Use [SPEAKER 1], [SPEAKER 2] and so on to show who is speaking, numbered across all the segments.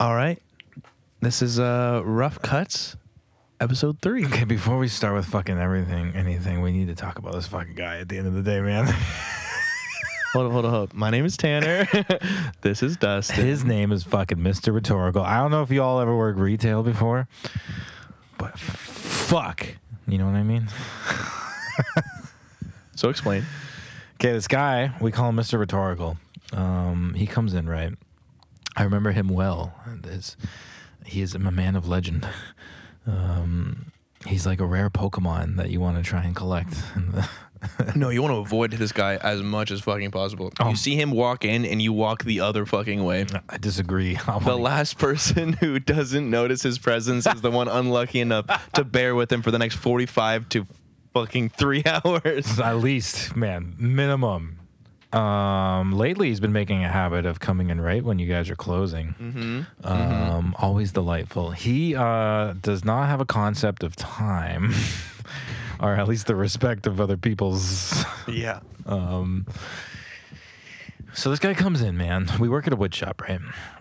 [SPEAKER 1] All right. This is uh Rough Cuts, episode three.
[SPEAKER 2] Okay, before we start with fucking everything, anything, we need to talk about this fucking guy at the end of the day, man.
[SPEAKER 1] Hold up, hold up, hold up. My name is Tanner. this is Dustin.
[SPEAKER 2] His name is fucking Mr. Rhetorical. I don't know if y'all ever worked retail before, but fuck. You know what I mean?
[SPEAKER 1] So explain.
[SPEAKER 2] Okay, this guy, we call him Mr. Rhetorical. Um, he comes in right. I remember him well. It's, he is a man of legend. Um, he's like a rare Pokemon that you want to try and collect.
[SPEAKER 1] No, you want to avoid this guy as much as fucking possible.
[SPEAKER 2] Oh.
[SPEAKER 1] You see him walk in and you walk the other fucking way.
[SPEAKER 2] I disagree. I
[SPEAKER 1] The
[SPEAKER 2] wanna-
[SPEAKER 1] last person who doesn't notice his presence is the one unlucky enough to bear with him for the next 45 to fucking three hours.
[SPEAKER 2] at least, man, minimum. Um, lately, he's been making a habit of coming in right when you guys are closing.
[SPEAKER 1] Mm-hmm.
[SPEAKER 2] Um, Always delightful. He uh, does not have a concept of time, or at least the respect of other people's
[SPEAKER 1] Yeah.
[SPEAKER 2] um, so this guy comes in, man. We work at a wood shop, right?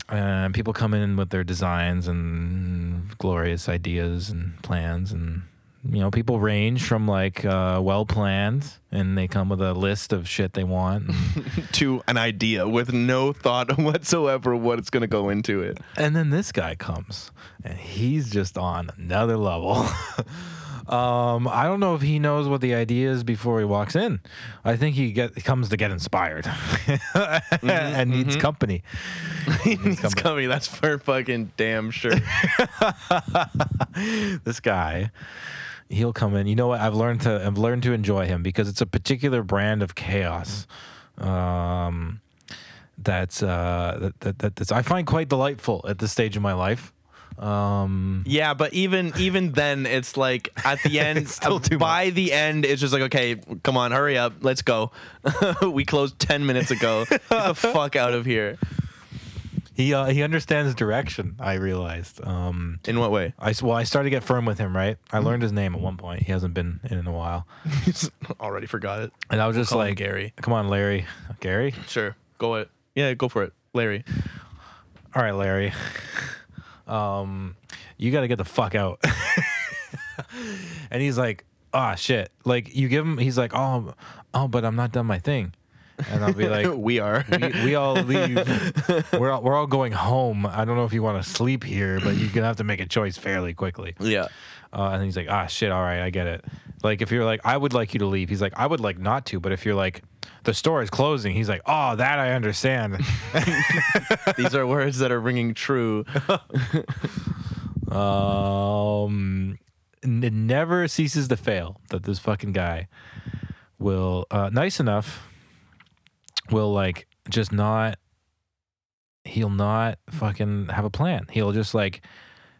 [SPEAKER 2] And people come in with their designs and glorious ideas and plans, and you know, people range from like uh, well planned, and they come with a list of shit they want, and,
[SPEAKER 1] To an idea with no thought whatsoever what it's going to go into it.
[SPEAKER 2] and then this guy comes, and he's just on another level. Um, I don't know if he knows what the idea is before he walks in. I think he get comes to get inspired and needs company.
[SPEAKER 1] He's coming. That's for fucking damn sure.
[SPEAKER 2] this guy he'll come in you know what i've learned to i've learned to enjoy him because it's a particular brand of chaos um that's uh that, that, that that's i find quite delightful at this stage of my life um
[SPEAKER 1] Yeah, but even even then, it's like at the end,
[SPEAKER 2] still too
[SPEAKER 1] by the end, it's just like, okay, come on, hurry up, let's go. we closed ten minutes ago. Get the fuck out of here.
[SPEAKER 2] he uh, he understands direction i realized um
[SPEAKER 1] In what way?
[SPEAKER 2] I, s- well, I started to get firm with him, right? I learned his name at one point. He hasn't been in, in a while.
[SPEAKER 1] Already forgot it.
[SPEAKER 2] And I was just
[SPEAKER 1] call him
[SPEAKER 2] like,
[SPEAKER 1] Gary.
[SPEAKER 2] Come on, Larry. Gary?
[SPEAKER 1] Sure, go it. Yeah, go for it, Larry.
[SPEAKER 2] All right, Larry. Um, you got to get the fuck out. and he's like, "Ah, shit!" Like you give him, he's like, "Oh, oh, but I'm not done my thing." And I'll be like,
[SPEAKER 1] we are.
[SPEAKER 2] we, "We all leave. We're all, we're all going home. I don't know if you want to sleep here, but you're gonna have to make a choice fairly quickly."
[SPEAKER 1] yeah.
[SPEAKER 2] Uh, and he's like, ah, shit, all right, I get it. Like, if you're like, I would like you to leave, he's like, I would like not to. But if you're like, the store is closing, he's like, oh, that I understand.
[SPEAKER 1] These are words that are ringing true.
[SPEAKER 2] um, n- it never ceases to fail that this fucking guy will, uh, nice enough, will like just not, he'll not fucking have a plan. He'll just like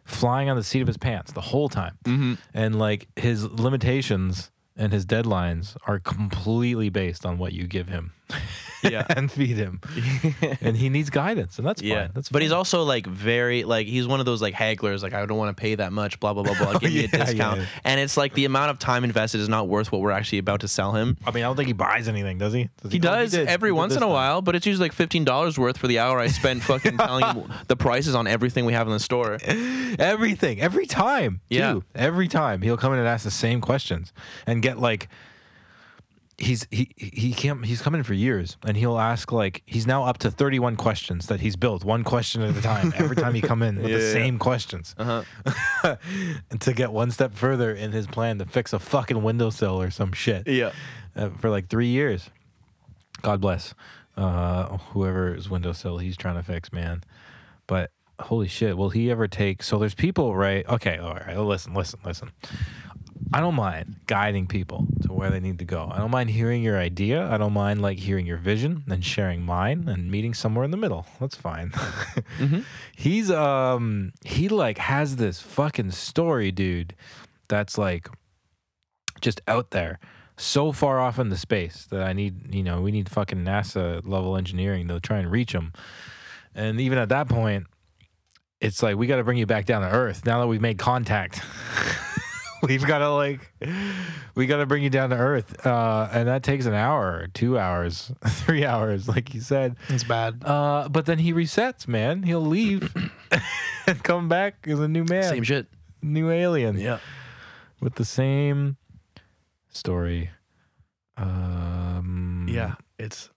[SPEAKER 2] flying on the seat of his pants the whole time.
[SPEAKER 1] Mm-hmm.
[SPEAKER 2] and like his limitations and his deadlines are completely based on what you give him
[SPEAKER 1] Yeah.
[SPEAKER 2] and feed him and he needs guidance and that's
[SPEAKER 1] Yeah,
[SPEAKER 2] fine that's
[SPEAKER 1] but he's
[SPEAKER 2] fine.
[SPEAKER 1] also like very like he's one of those like hagglers like I don't want to pay that much blah blah blah blah give me a
[SPEAKER 2] yeah, yeah,
[SPEAKER 1] discount
[SPEAKER 2] yeah.
[SPEAKER 1] and it's like the amount of time invested is not worth what we're actually about to sell him.
[SPEAKER 2] i mean i don't think he buys anything does he
[SPEAKER 1] He
[SPEAKER 2] Oh,
[SPEAKER 1] does
[SPEAKER 2] did.
[SPEAKER 1] every
[SPEAKER 2] He did
[SPEAKER 1] once
[SPEAKER 2] this
[SPEAKER 1] in a
[SPEAKER 2] time.
[SPEAKER 1] while, but it's usually like fifteen dollars worth for the hour I spent fucking telling him the prices on everything we have in the store.
[SPEAKER 2] everything every time
[SPEAKER 1] Yeah.
[SPEAKER 2] too. every time he'll come in and ask the same questions and get like he's he he can't he's come in for years and he'll ask like he's now up to 31 questions that he's built one question at a time every time he come in with
[SPEAKER 1] Yeah,
[SPEAKER 2] the
[SPEAKER 1] yeah.
[SPEAKER 2] same questions uh-huh. and to get one step further in his plan to fix a fucking windowsill or some shit
[SPEAKER 1] Yeah.
[SPEAKER 2] uh, for like three years god bless uh whoever's windowsill he's trying to fix man but holy shit will he ever take so there's people right okay all right listen listen listen i don't mind guiding people to where they need to go i don't mind hearing your idea i don't mind like hearing your vision and sharing mine and meeting somewhere in the middle that's fine he's um he like has this fucking story dude that's like just out there so far off in the space that i need you know we need fucking nasa level engineering to try and reach him and even at that point, it's like we got to bring you back down to earth. Now that we've made contact, we've got to like we got to bring you down to earth, uh, and that takes an hour, two hours, three hours, like you said.
[SPEAKER 1] It's bad.
[SPEAKER 2] Uh, but then he resets, man. He'll leave and come back as a new man,
[SPEAKER 1] Same shit.
[SPEAKER 2] new alien
[SPEAKER 1] Yeah.
[SPEAKER 2] with the same story. Um,
[SPEAKER 1] Yeah. It's.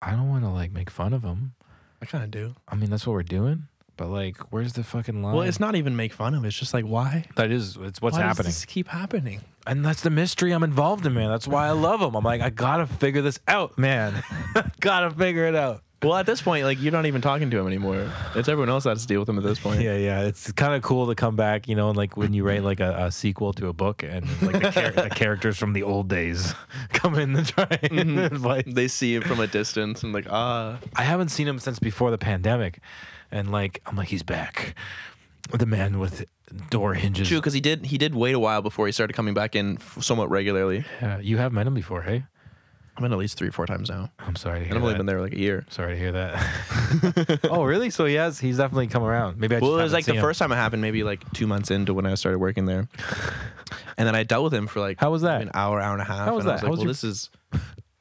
[SPEAKER 2] I don't want to like make fun of him.
[SPEAKER 1] I kind of do.
[SPEAKER 2] I mean, that's what we're doing. But like, where's the fucking line?
[SPEAKER 1] Well, it's not even make fun of. It's just like why?
[SPEAKER 2] That is, it's what's
[SPEAKER 1] why
[SPEAKER 2] happening.
[SPEAKER 1] Does this keep happening.
[SPEAKER 2] and that's the mystery I'm involved in, man. That's why I love him. I'm like, I gotta figure this out, man. gotta figure it out.
[SPEAKER 1] Well, at this point, like you're not even talking to him anymore. It's everyone else that has to deal with him at this point.
[SPEAKER 2] Yeah, yeah. It's kind of cool to come back, you know, and like when you write like a, a sequel to a book and like the, char- the characters from the old days come in and try. and advise.
[SPEAKER 1] They see it from a distance and like ah.
[SPEAKER 2] I haven't seen him since before the pandemic, and like I'm like, he's back. The man with door hinges.
[SPEAKER 1] True, because he did he did wait a while before he started coming back in f- somewhat regularly.
[SPEAKER 2] Yeah, Uh, you have met him before, hey?
[SPEAKER 1] I've been at least three or four times now,
[SPEAKER 2] I'm sorry to hear
[SPEAKER 1] and I've only
[SPEAKER 2] that.
[SPEAKER 1] been there like a year.
[SPEAKER 2] Sorry to hear that. oh, really? So he has. He's definitely come around. Maybe I. Just
[SPEAKER 1] Well, it was
[SPEAKER 2] haven't
[SPEAKER 1] like
[SPEAKER 2] seen
[SPEAKER 1] the
[SPEAKER 2] him.
[SPEAKER 1] first time it happened, maybe like two months into when I started working there, and then I dealt with him for like
[SPEAKER 2] How was that?
[SPEAKER 1] an hour, hour and a half.
[SPEAKER 2] How was
[SPEAKER 1] and I was like,
[SPEAKER 2] that? How was
[SPEAKER 1] well,
[SPEAKER 2] your-
[SPEAKER 1] this is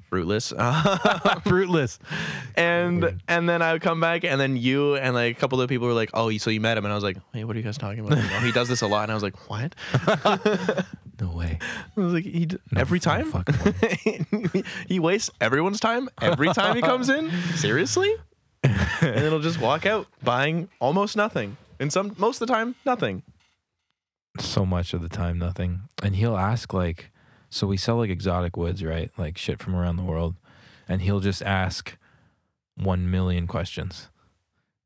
[SPEAKER 1] fruitless.
[SPEAKER 2] fruitless.
[SPEAKER 1] and and then I would come back, and then you and like a couple of people were like, "Oh, so you met him?" And I was like, "Wait, what are you guys talking about?" You know, he does this a lot, and I was like, "What?"
[SPEAKER 2] No way.
[SPEAKER 1] I was like, "He d-
[SPEAKER 2] No
[SPEAKER 1] every
[SPEAKER 2] fu-
[SPEAKER 1] time
[SPEAKER 2] fucking
[SPEAKER 1] he wastes everyone's time every time he comes in. Seriously?" and then he'll just walk out buying almost nothing, and some most of the time nothing.
[SPEAKER 2] So much of the time, nothing. And he'll ask like, so we sell like exotic woods, right? Like shit from around the world, and he'll just ask one million questions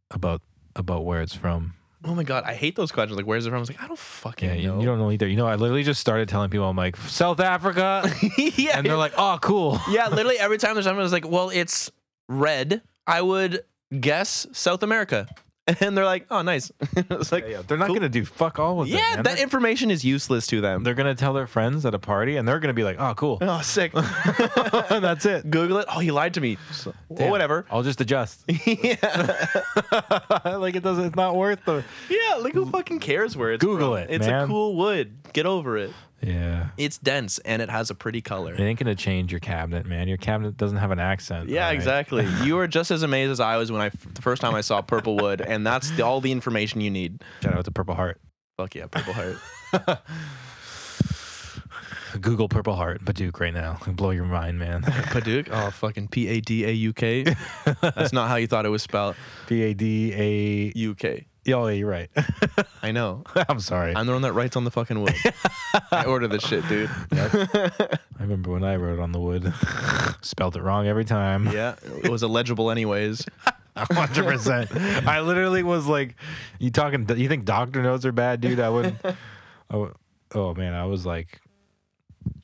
[SPEAKER 2] about about where it's from.
[SPEAKER 1] Oh my god, I hate those questions. Like, where's it from? I was like, I don't fucking
[SPEAKER 2] Yeah, you,
[SPEAKER 1] know.
[SPEAKER 2] you don't know either. You know, I literally just started telling people, I'm like South Africa,
[SPEAKER 1] yeah,
[SPEAKER 2] and they're like, oh, cool.
[SPEAKER 1] yeah. Literally every time there's someone who's like, well, it's red. I would guess South America, and they're like, oh, nice. it's like, yeah,
[SPEAKER 2] They're not
[SPEAKER 1] Cool.
[SPEAKER 2] gonna do fuck all with it. man.
[SPEAKER 1] that information is useless to them.
[SPEAKER 2] They're gonna tell their friends at a party, and they're gonna be like, "Oh, cool."
[SPEAKER 1] Oh, sick.
[SPEAKER 2] That's it.
[SPEAKER 1] Google it. Oh, he lied to me. So, well,
[SPEAKER 2] Damn.
[SPEAKER 1] whatever.
[SPEAKER 2] I'll just adjust.
[SPEAKER 1] yeah.
[SPEAKER 2] like it doesn't. It's not worth the.
[SPEAKER 1] Yeah, like who fucking cares where it's
[SPEAKER 2] Google
[SPEAKER 1] from?
[SPEAKER 2] it,
[SPEAKER 1] It's
[SPEAKER 2] man.
[SPEAKER 1] a cool wood. Get over it.
[SPEAKER 2] Yeah.
[SPEAKER 1] It's dense and it has a pretty color.
[SPEAKER 2] It ain't gonna change your cabinet, man. Your cabinet doesn't have an accent.
[SPEAKER 1] Yeah,
[SPEAKER 2] all right?
[SPEAKER 1] exactly. You were just as amazed as I was when I the first time I saw Purple Wood, and that's the, all the information you need.
[SPEAKER 2] Shout out to Purple Heart.
[SPEAKER 1] Fuck yeah, Purple Heart.
[SPEAKER 2] Google Purple Heart Paduke right now. It'll blow your mind, man.
[SPEAKER 1] Paduk? Oh, fucking P A D A U K. That's not how you thought it was spelled.
[SPEAKER 2] P A D A.
[SPEAKER 1] U K.
[SPEAKER 2] Oh, yeah, you're right.
[SPEAKER 1] I know.
[SPEAKER 2] I'm sorry.
[SPEAKER 1] I'm the one that writes on the fucking wood. I order this shit, dude.
[SPEAKER 2] I remember when I wrote on the wood, spelled it wrong every time.
[SPEAKER 1] Yeah, it was illegible anyways.
[SPEAKER 2] hundred percent. I literally was like, "You talking? You think doctor notes are bad, dude? I wouldn't." I would, oh man, I was like,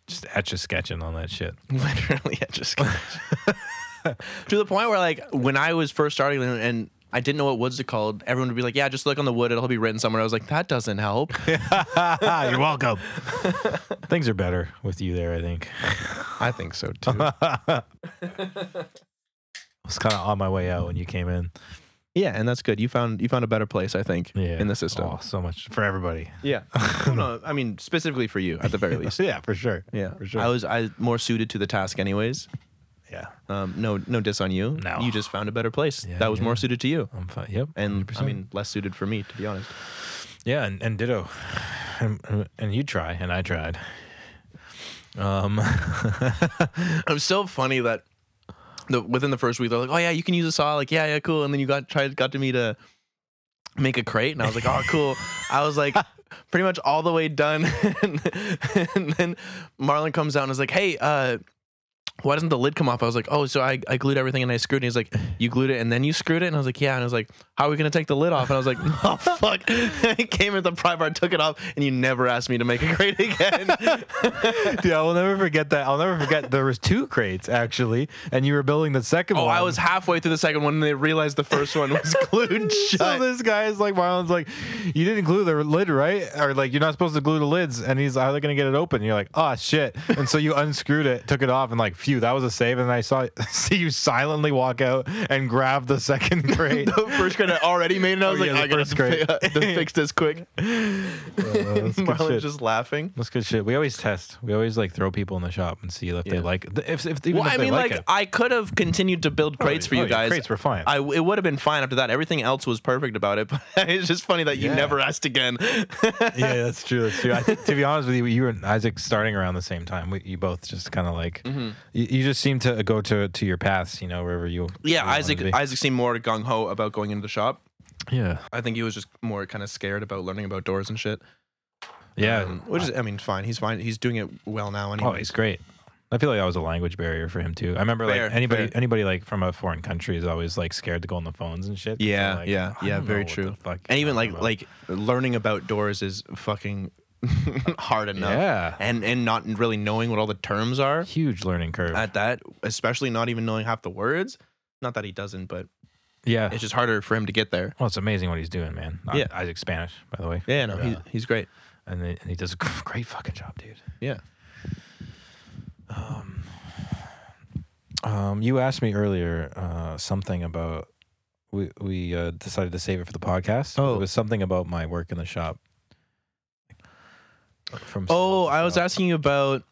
[SPEAKER 2] just etch a sketching on that shit.
[SPEAKER 1] Literally, I just to the point where like when I was first starting and- and. I didn't know what woods to called. Everyone would be like, "Yeah, just look on the wood; it'll be written somewhere." I was like, "That doesn't help."
[SPEAKER 2] You're welcome. Things are better with you there, I think.
[SPEAKER 1] I think so too.
[SPEAKER 2] I was kind of on my way out when you came in.
[SPEAKER 1] Yeah, and that's good. You found you found a better place, I think,
[SPEAKER 2] Yeah,
[SPEAKER 1] in the system.
[SPEAKER 2] Oh, so much for everybody.
[SPEAKER 1] Yeah. Well, no, I mean specifically for you, at the very least.
[SPEAKER 2] Yeah, for sure.
[SPEAKER 1] Yeah,
[SPEAKER 2] for sure.
[SPEAKER 1] I was I more suited to the task, anyways.
[SPEAKER 2] yeah,
[SPEAKER 1] Um, no, no diss on you.
[SPEAKER 2] No.
[SPEAKER 1] you just found a better place
[SPEAKER 2] Yeah,
[SPEAKER 1] that was
[SPEAKER 2] yeah.
[SPEAKER 1] more suited to you,
[SPEAKER 2] I'm fine. Yep.
[SPEAKER 1] and I
[SPEAKER 2] 100%.
[SPEAKER 1] mean less suited for me, to be honest.
[SPEAKER 2] Yeah, and, and ditto. And, and- and you try, and I tried. Um,
[SPEAKER 1] I'm so funny that the, within the first week they're like, "Oh yeah, you can use a saw." Like, yeah, yeah, cool. And then you got tried got to me to make a crate, and I was like, "Oh, cool." I was like, pretty much all the way done. and, then Marlon comes out and is like, "Hey, uh." Why doesn't the lid come off? I was like, oh, so I, I glued everything and I screwed it. He's like, you glued it and then you screwed it? And I was like, yeah. And I was like, how are we going to take the lid off? And I was like, oh, fuck. I came in the pry bar, took it off, and you never asked me to make a crate again.
[SPEAKER 2] Dude, I will never forget that. I'll never forget there was two crates actually, and you were building the second one.
[SPEAKER 1] Oh, I was halfway through the second one and they realized the first one was glued
[SPEAKER 2] So
[SPEAKER 1] shut.
[SPEAKER 2] this guy is like, Marlon's like, you didn't glue the lid, right? Or like, you're not "Ah, supposed to glue the lids. And he's, how are they gonna get it open? And you're like, oh shit. And so you unscrewed it, took it off, and like, phew, phew, that was a save. And I saw see you silently walk out and grab the second crate.
[SPEAKER 1] the first crate I already made, and I was
[SPEAKER 2] Oh,
[SPEAKER 1] like,
[SPEAKER 2] yeah, the
[SPEAKER 1] I gotta
[SPEAKER 2] first crate.
[SPEAKER 1] fi- uh, to fix this quick.
[SPEAKER 2] Oh, that's good
[SPEAKER 1] Marlon's
[SPEAKER 2] shit.
[SPEAKER 1] just laughing.
[SPEAKER 2] That's good shit. We always test. We always like throw people in the shop and see if they
[SPEAKER 1] Yeah.
[SPEAKER 2] like. If, if even
[SPEAKER 1] well,
[SPEAKER 2] if
[SPEAKER 1] I
[SPEAKER 2] they
[SPEAKER 1] mean, like,
[SPEAKER 2] it.
[SPEAKER 1] I could have continued to build crates for
[SPEAKER 2] oh,
[SPEAKER 1] you
[SPEAKER 2] yeah,
[SPEAKER 1] guys.
[SPEAKER 2] crates were fine.
[SPEAKER 1] I, it would have been fine after that. Everything else was perfect about it, but it's just funny that you
[SPEAKER 2] Yeah.
[SPEAKER 1] never asked again.
[SPEAKER 2] yeah, that's true. That's true. I think, to be honest with you, you and Isaac starting around the same time. We, you both just kind of like
[SPEAKER 1] Mm-hmm.
[SPEAKER 2] you, you just seem to go to to your paths. You know, wherever you.
[SPEAKER 1] yeah,
[SPEAKER 2] you wanted
[SPEAKER 1] Isaac.
[SPEAKER 2] to be.
[SPEAKER 1] Isaac seemed more gung ho about going into the shop.
[SPEAKER 2] yeah.
[SPEAKER 1] I think he was just more kind of scared about learning about doors and shit.
[SPEAKER 2] Yeah.
[SPEAKER 1] Um, which is, I mean, fine. He's fine. He's doing it well now.
[SPEAKER 2] oh,
[SPEAKER 1] Anyways,
[SPEAKER 2] he's great. I feel like that was a language barrier for him too. I remember
[SPEAKER 1] Fair,
[SPEAKER 2] like anybody
[SPEAKER 1] fair.
[SPEAKER 2] anybody like from a foreign country is always like scared to go on the phones and shit. 'cause they're
[SPEAKER 1] Yeah,
[SPEAKER 2] like,
[SPEAKER 1] yeah,
[SPEAKER 2] "I
[SPEAKER 1] yeah,
[SPEAKER 2] don't
[SPEAKER 1] very
[SPEAKER 2] know what
[SPEAKER 1] true.
[SPEAKER 2] the fuck
[SPEAKER 1] and
[SPEAKER 2] you're
[SPEAKER 1] even like
[SPEAKER 2] talking about."
[SPEAKER 1] like learning about doors is fucking hard enough.
[SPEAKER 2] Yeah.
[SPEAKER 1] And and not really knowing what all the terms are
[SPEAKER 2] huge learning curve.
[SPEAKER 1] at that, especially not even knowing half the words. Not that he doesn't, but
[SPEAKER 2] yeah.
[SPEAKER 1] it's just harder for him to get there.
[SPEAKER 2] Well, it's amazing what he's doing, man.
[SPEAKER 1] Yeah.
[SPEAKER 2] Isaac Spanish, by the way.
[SPEAKER 1] Yeah, no, He,
[SPEAKER 2] Yeah.
[SPEAKER 1] he's great.
[SPEAKER 2] and they, and he does a gr- great fucking job, dude.
[SPEAKER 1] Yeah.
[SPEAKER 2] Um, um, you asked me earlier uh, something about we we uh, decided to save it for the podcast. but
[SPEAKER 1] Oh.
[SPEAKER 2] it was something about my work in the shop. From
[SPEAKER 1] Oh,
[SPEAKER 2] sales
[SPEAKER 1] I was
[SPEAKER 2] and
[SPEAKER 1] asking you about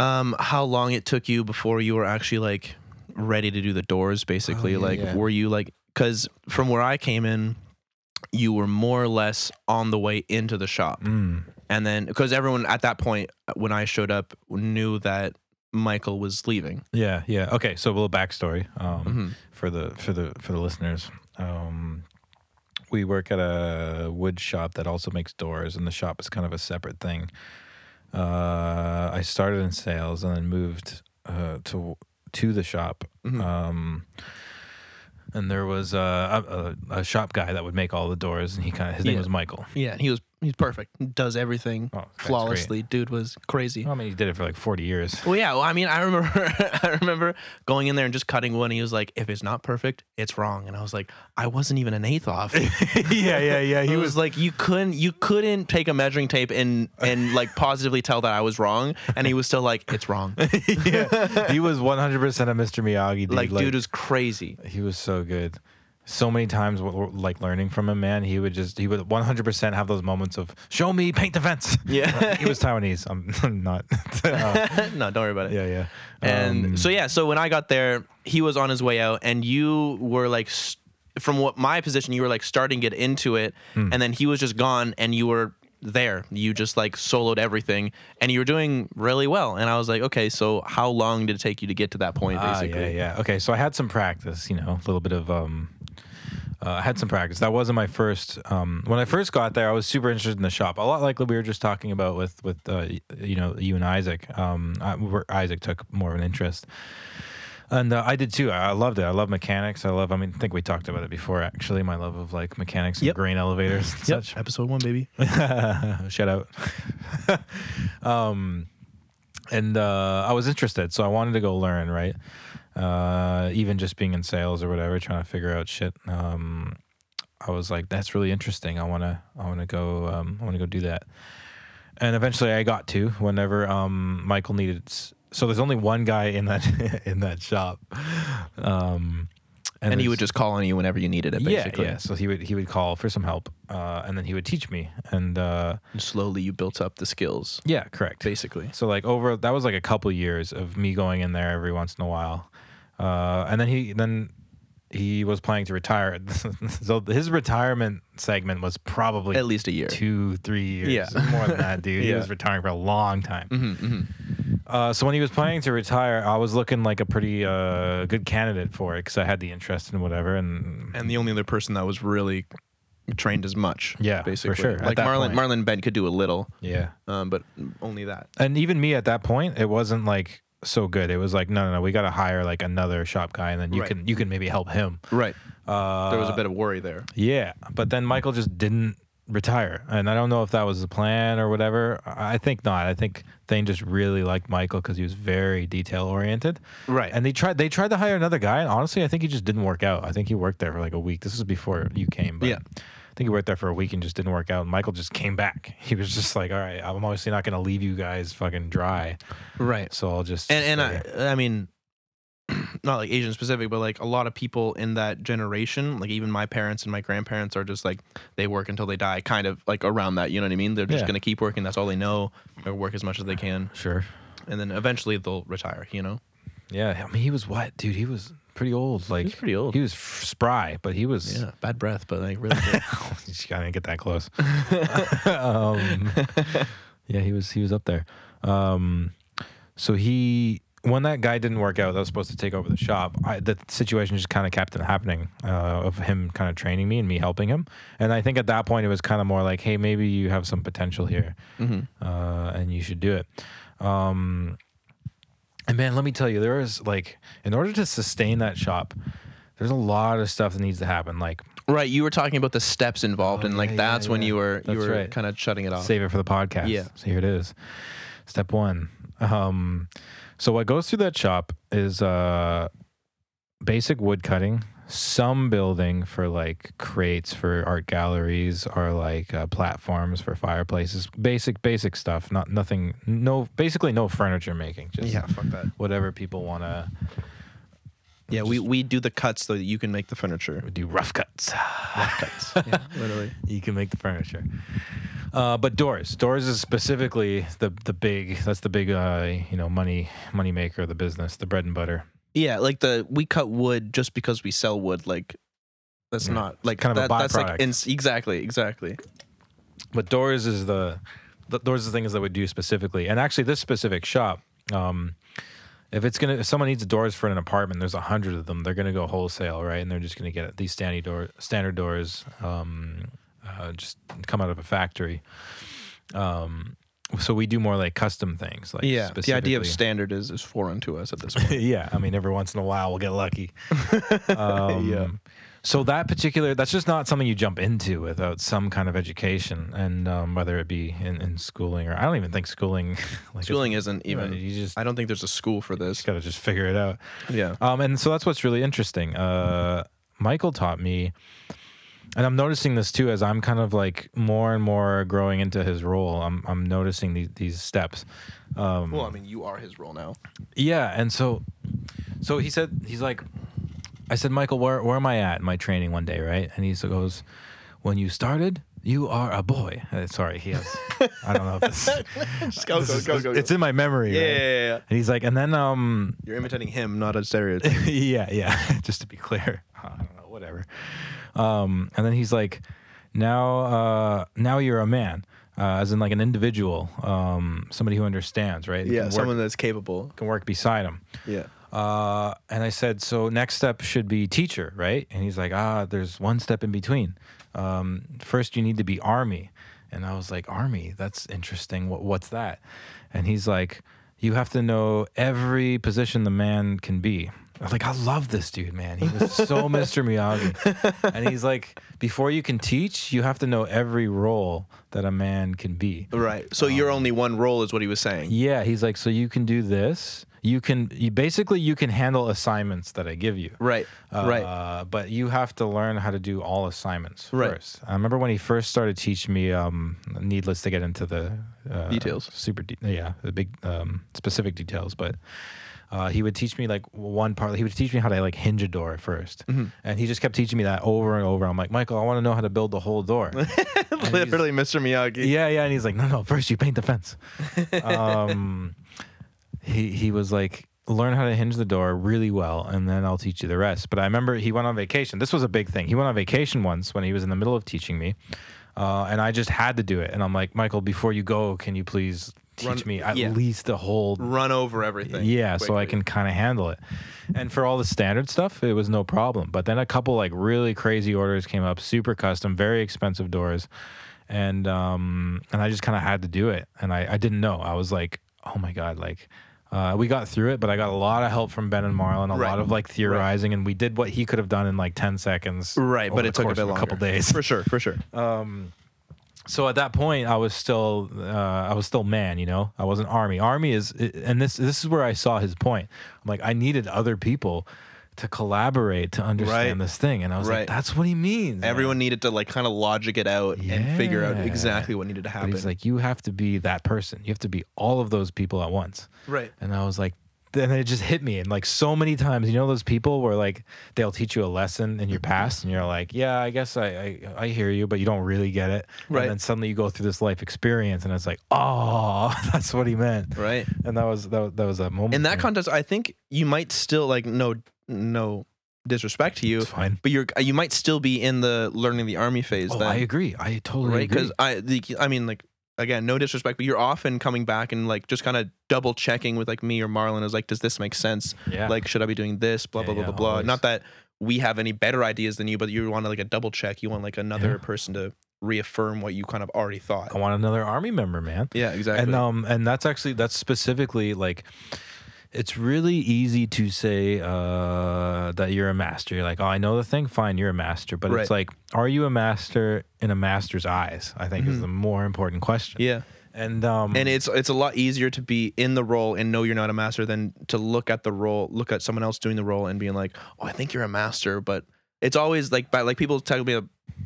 [SPEAKER 1] um how long it took you before you were actually like ready to do the doors basically
[SPEAKER 2] Oh, yeah,
[SPEAKER 1] like
[SPEAKER 2] yeah.
[SPEAKER 1] were you like cuz from where I came in you were more or less on the way into the shop
[SPEAKER 2] stuff. Mm,
[SPEAKER 1] and then because everyone at that point when I showed up knew that Michael was leaving
[SPEAKER 2] yeah, yeah. Okay, so a little backstory. Um,
[SPEAKER 1] Mhm.
[SPEAKER 2] for the for the for the listeners. Um, we work at a wood shop that also makes doors, and the shop is kind of a separate thing. Uh, I started in sales and then moved uh, to to the shop.
[SPEAKER 1] Mhm.
[SPEAKER 2] Um, and there was uh, a, a, a shop guy that would make all the doors, and he kind of his name
[SPEAKER 1] Yeah.
[SPEAKER 2] was Michael.
[SPEAKER 1] yeah and he was he's perfect does everything
[SPEAKER 2] Oh, that's great. Oh.
[SPEAKER 1] flawlessly dude was crazy
[SPEAKER 2] I mean, he did it for like forty years.
[SPEAKER 1] Well, yeah. Well, I mean, I remember, I remember going in there and just cutting one. He was like, "If it's not perfect, it's wrong." And I was like, "I wasn't even an eighth off."
[SPEAKER 2] yeah, yeah, yeah.
[SPEAKER 1] He was like, "You couldn't, you couldn't take a measuring tape and and like positively tell that I was wrong." And he was still like, "It's wrong."
[SPEAKER 2] yeah. he was one hundred percent of Mr. Miyagi. Dude.
[SPEAKER 1] Like, dude was crazy.
[SPEAKER 2] He was so good. So many times, w- w- like learning from him, man, he would just, he would 100% have those moments of, show me, paint the fence.
[SPEAKER 1] Yeah.
[SPEAKER 2] he was Taiwanese. I'm, I'm not. Uh,
[SPEAKER 1] no, don't worry about it.
[SPEAKER 2] yeah, yeah.
[SPEAKER 1] And
[SPEAKER 2] Um,
[SPEAKER 1] so yeah, so when I got there, he was on his way out, and you were like, s from what my position, you were like starting to get into it, and then he was just gone, and you were there. You just like soloed everything, and you were doing really well. And I was like, okay, so how long did it take you to get to that point?
[SPEAKER 2] ah,
[SPEAKER 1] Basically,
[SPEAKER 2] yeah, yeah. Okay. So I had some practice, you know, a little bit of, um, uh, I had some practice. That wasn't my first. Um, when I first got there, I was super interested in the shop. A lot like we were just talking about with with uh, y- you know you and Isaac. Um, I, where Isaac took more of an interest. And uh, I did too. I I loved it. I love mechanics. I love. I mean, I think we talked about it before. Actually, my love of like mechanics and
[SPEAKER 1] Yep.
[SPEAKER 2] grain elevators and
[SPEAKER 1] Yep.
[SPEAKER 2] such.
[SPEAKER 1] Episode one, baby.
[SPEAKER 2] Shout out. um, and uh, I was interested, so I wanted to go learn, right? Uh, even just being in sales or whatever, trying to figure out shit. Um, I was like, that's really interesting. I wanna, I wanna go, um, I wanna go do that. And eventually, I got to whenever um, Michael needed. s- So there's only one guy in that in that shop, um,
[SPEAKER 1] And he
[SPEAKER 2] there's-
[SPEAKER 1] would just call on you whenever you needed it. Basically,
[SPEAKER 2] yeah, yeah. So he would he would call for some help, uh, and then he would teach me. And uh,
[SPEAKER 1] And slowly you built up the skills.
[SPEAKER 2] yeah, correct.
[SPEAKER 1] Basically,
[SPEAKER 2] So like over that was like a couple years of me going in there every once in a while, uh, and then he then he was planning to retire. so his retirement segment was probably
[SPEAKER 1] at least a year.
[SPEAKER 2] two three years,
[SPEAKER 1] Yeah.
[SPEAKER 2] more than that, dude. He
[SPEAKER 1] Yeah.
[SPEAKER 2] was retiring for a long time.
[SPEAKER 1] Mhm, mhm.
[SPEAKER 2] Uh, so when he was planning to retire, I was looking like a pretty uh, good candidate for it because I had the interest and whatever. And
[SPEAKER 1] and the only other person that was really trained as much.
[SPEAKER 2] Yeah, for
[SPEAKER 1] basically.
[SPEAKER 2] sure, at
[SPEAKER 1] Like
[SPEAKER 2] that
[SPEAKER 1] Marlon,
[SPEAKER 2] point.
[SPEAKER 1] Marlon Bent could do a little,
[SPEAKER 2] yeah.
[SPEAKER 1] um, but only that.
[SPEAKER 2] and even me at that point, it wasn't like so good. It was like, no, no, no, we got to hire like another shop guy, and then you
[SPEAKER 1] Right.
[SPEAKER 2] can you can maybe help him.
[SPEAKER 1] Right.
[SPEAKER 2] Uh,
[SPEAKER 1] There was a bit of worry there.
[SPEAKER 2] yeah, but then Michael just didn't retire. And I don't know if that was the plan or whatever. I I think not. I think Thane just really liked Michael because he was very detail oriented.
[SPEAKER 1] Right.
[SPEAKER 2] And they tried they tried to hire another guy, and honestly, I think he just didn't work out. I think he worked there for like a week. This was before you came, but
[SPEAKER 1] Yeah.
[SPEAKER 2] I think he worked there for a week and just didn't work out. And Michael just came back. He was just like, "All right, I'm obviously not going to leave you guys fucking dry,
[SPEAKER 1] right.
[SPEAKER 2] so I'll just
[SPEAKER 1] and
[SPEAKER 2] stay here."
[SPEAKER 1] and I, I mean not like asian specific but like a lot of people in that generation like even my parents and my grandparents are just like they work until they die kind of like around that you know what i mean they're just
[SPEAKER 2] Yeah.
[SPEAKER 1] going to keep working that's all they know or work as much as they can
[SPEAKER 2] sure,
[SPEAKER 1] and then eventually they'll retire you know
[SPEAKER 2] yeah. I mean, he was what, dude? He was pretty old. Like
[SPEAKER 1] pretty old.
[SPEAKER 2] He was f- spry, but he was
[SPEAKER 1] yeah bad breath but like really good.
[SPEAKER 2] Just- I didn't get that close. um, yeah, he was he was up there. Um, so he when that guy didn't work out, that was supposed to take over the shop. I, the situation just kind of kept happening uh, of him kind of training me and me helping him. And I think at that point it was kind of more like, hey, maybe you have some potential here, uh, and you should do it. Um, and man, let me tell you, there is like in order to sustain that shop. There's a lot of stuff that needs to happen. Like
[SPEAKER 1] right you were talking about the steps involved
[SPEAKER 2] Oh,
[SPEAKER 1] and like
[SPEAKER 2] yeah, yeah,
[SPEAKER 1] that's when
[SPEAKER 2] yeah.
[SPEAKER 1] you were
[SPEAKER 2] That's
[SPEAKER 1] you were
[SPEAKER 2] right.
[SPEAKER 1] kind of shutting it off
[SPEAKER 2] Save it for the podcast.
[SPEAKER 1] Yeah.
[SPEAKER 2] So here it is. Step one. Um, so what goes through that shop is uh, basic wood cutting, some building for like crates for art galleries or like uh, platforms for fireplaces. Basic, basic stuff. Not nothing. No, basically no furniture making. Just
[SPEAKER 1] fuck that
[SPEAKER 2] whatever people want to
[SPEAKER 1] yeah we, we do the cuts so that you can make the furniture
[SPEAKER 2] do. Rough cuts.
[SPEAKER 1] cuts yeah literally
[SPEAKER 2] you can make the furniture. Uh, but doors, doors is specifically the the big. That's the big, uh, you know, money money maker of the business, the bread and butter.
[SPEAKER 1] Yeah, like the we cut wood just because we sell wood. Like that's
[SPEAKER 2] Yeah.
[SPEAKER 1] not like
[SPEAKER 2] kind of a
[SPEAKER 1] that, That's like
[SPEAKER 2] byproduct.
[SPEAKER 1] ins- exactly, exactly.
[SPEAKER 2] But doors is the, the doors is the things that we do specifically. And actually, this specific shop, um, if it's gonna, if someone needs doors for an apartment, there's a hundred of them. They're gonna go wholesale, right? And they're just gonna get these standard door, standard doors, um, uh, just come out of a factory. Um, so we do more like custom things, like
[SPEAKER 1] yeah, the idea of
[SPEAKER 2] specifically-
[SPEAKER 1] standard is is foreign to us at this point.
[SPEAKER 2] yeah, I mean, every once in a while we'll get lucky. Um,
[SPEAKER 1] Yeah.
[SPEAKER 2] So that particular, that's just not something you jump into without some kind of education, and um, whether it be in, in schooling or I don't even think schooling, like it's-
[SPEAKER 1] Schooling isn't
[SPEAKER 2] you know,
[SPEAKER 1] even.
[SPEAKER 2] you just
[SPEAKER 1] I don't think there's a school for this.
[SPEAKER 2] gotta just figure it out.
[SPEAKER 1] Yeah,
[SPEAKER 2] Um, and so that's what's really interesting. Uh, Michael taught me, and I'm noticing this too as I'm kind of like more and more growing into his role. I'm I'm noticing these these steps. Um,
[SPEAKER 1] well, I mean, you are his role now.
[SPEAKER 2] yeah, and so, so he said he's like, I said, Michael, where where am I at in my training one day, right? And he s- goes, When you started, you are a boy. Uh, sorry, he has. I don't know if this.
[SPEAKER 1] Just go,
[SPEAKER 2] this
[SPEAKER 1] go,
[SPEAKER 2] is-
[SPEAKER 1] go, go,
[SPEAKER 2] It's
[SPEAKER 1] go.
[SPEAKER 2] in my memory.
[SPEAKER 1] yeah,
[SPEAKER 2] right?
[SPEAKER 1] yeah, yeah, yeah.
[SPEAKER 2] And he's like, and then um,
[SPEAKER 1] You're imitating him, not a stereotype.
[SPEAKER 2] yeah, yeah. Just to be clear, I don't know, whatever. Um, and then he's like, now, uh, now you're a man, uh, as in like an individual, um, somebody who understands, right? You
[SPEAKER 1] yeah,
[SPEAKER 2] can work,
[SPEAKER 1] someone that's capable.
[SPEAKER 2] can work beside him.
[SPEAKER 1] Yeah,
[SPEAKER 2] Uh, and I said, so next step should be teacher, right? And he's like, ah, there's one step in between. Um, first, you need to be army. And I was like, army? That's interesting. What, what's that? And he's like, you have to know every position the man can be. I was like, I love this dude, man. He was so Mr. Miyagi. And he's like, before you can teach, you have to know every role that a man can be.
[SPEAKER 1] right. So you're only one role, is what he was saying.
[SPEAKER 2] Um, Yeah, he's like, so you can do this. You can you, basically you can handle assignments that I give you.
[SPEAKER 1] Right, right.
[SPEAKER 2] Uh, but you have to learn how to do all assignments
[SPEAKER 1] Right.
[SPEAKER 2] first. I remember when he first started teaching me. Um, needless to get into the uh,
[SPEAKER 1] Details.
[SPEAKER 2] super de- yeah, the big um, specific details, but. Uh, he would teach me like one part. He would teach me how to like hinge a door 1st
[SPEAKER 1] Mm-hmm.
[SPEAKER 2] and he just kept teaching me that over and over. I'm like, Michael, I want to know how to build the whole door. And he's-
[SPEAKER 1] Literally, Mr. Miyagi.
[SPEAKER 2] yeah, yeah. And he's like, no, no, first you paint the fence. um, he he was like, learn how to hinge the door really well, and then I'll teach you the rest. But I remember he went on vacation. This was a big thing. He went on vacation once when he was in the middle of teaching me, uh, and I just had to do it. And I'm like, Michael, before you go, can you please teach
[SPEAKER 1] Run-
[SPEAKER 2] me at
[SPEAKER 1] yeah.
[SPEAKER 2] least the whole
[SPEAKER 1] Run over everything.
[SPEAKER 2] yeah, so I
[SPEAKER 1] quickly.
[SPEAKER 2] can kind of handle it. And for all the standard stuff, it was no problem. But then a couple like really crazy orders came up, super custom, very expensive doors, and um, and I just kind of had to do it. And I I didn't know. I was like, oh my god, like. Uh, we got through it, but I got a lot of help from Ben and Marlon, a
[SPEAKER 1] Right.
[SPEAKER 2] lot of like theorizing, and we did what he could have done in like ten seconds.
[SPEAKER 1] Right, but
[SPEAKER 2] over the
[SPEAKER 1] it took a
[SPEAKER 2] course
[SPEAKER 1] bit
[SPEAKER 2] of
[SPEAKER 1] longer.
[SPEAKER 2] couple days.
[SPEAKER 1] for sure, for sure.
[SPEAKER 2] so at that point i was still uh, i was still man you know i wasn't army army is and this this is where i saw his point i'm like i needed other people to collaborate to
[SPEAKER 1] Right.
[SPEAKER 2] understand this thing and i was like
[SPEAKER 1] Right.
[SPEAKER 2] that's what he means man."
[SPEAKER 1] Everyone needed to like kind of logic it out and figure out
[SPEAKER 2] Yeah.
[SPEAKER 1] exactly what needed to
[SPEAKER 2] but
[SPEAKER 1] happen.
[SPEAKER 2] he's like you have to be that person you have to be all of those people at once
[SPEAKER 1] right.
[SPEAKER 2] and i was like then it just hit me and like so many times you know those people where like they'll teach you a lesson in your
[SPEAKER 1] Mm-hmm.
[SPEAKER 2] past and you're like yeah i guess i i, I hear you but you don't really get it
[SPEAKER 1] Right.
[SPEAKER 2] and then suddenly you go through this life experience and it's like oh that's what he meant
[SPEAKER 1] Right.
[SPEAKER 2] and that was that was that, was that moment
[SPEAKER 1] In
[SPEAKER 2] for
[SPEAKER 1] that
[SPEAKER 2] me.
[SPEAKER 1] context, I think you might still like no no disrespect to you,
[SPEAKER 2] it's fine
[SPEAKER 1] but you're you might still be in the learning the army phase
[SPEAKER 2] oh,
[SPEAKER 1] then,
[SPEAKER 2] i agree i totally
[SPEAKER 1] right?
[SPEAKER 2] agree
[SPEAKER 1] Because I the, I mean like again no disrespect, but you're often coming back and like just kind of double checking with like me or Marlon is like does this make sense?
[SPEAKER 2] yeah
[SPEAKER 1] Like should I be doing this? Blah
[SPEAKER 2] Yeah,
[SPEAKER 1] blah blah
[SPEAKER 2] yeah,
[SPEAKER 1] blah blah.
[SPEAKER 2] always.
[SPEAKER 1] Not that we have any better ideas than you, but you want to like a double check. You want like another
[SPEAKER 2] Yeah.
[SPEAKER 1] person to reaffirm what you kind of already thought.
[SPEAKER 2] i want another army member man
[SPEAKER 1] Yeah, exactly.
[SPEAKER 2] and um and that's actually that's specifically like it's really easy to say uh that you're a master you're like oh i know the thing fine you're a master but
[SPEAKER 1] Right.
[SPEAKER 2] it's like are you a master in a master's eyes i think is the more important question
[SPEAKER 1] Mm-hmm. yeah.
[SPEAKER 2] and um
[SPEAKER 1] and it's it's a lot easier to be in the role and know you're not a master than to look at the role, look at someone else doing the role and being like, oh, I think you're a master, but it's always like by like people tell me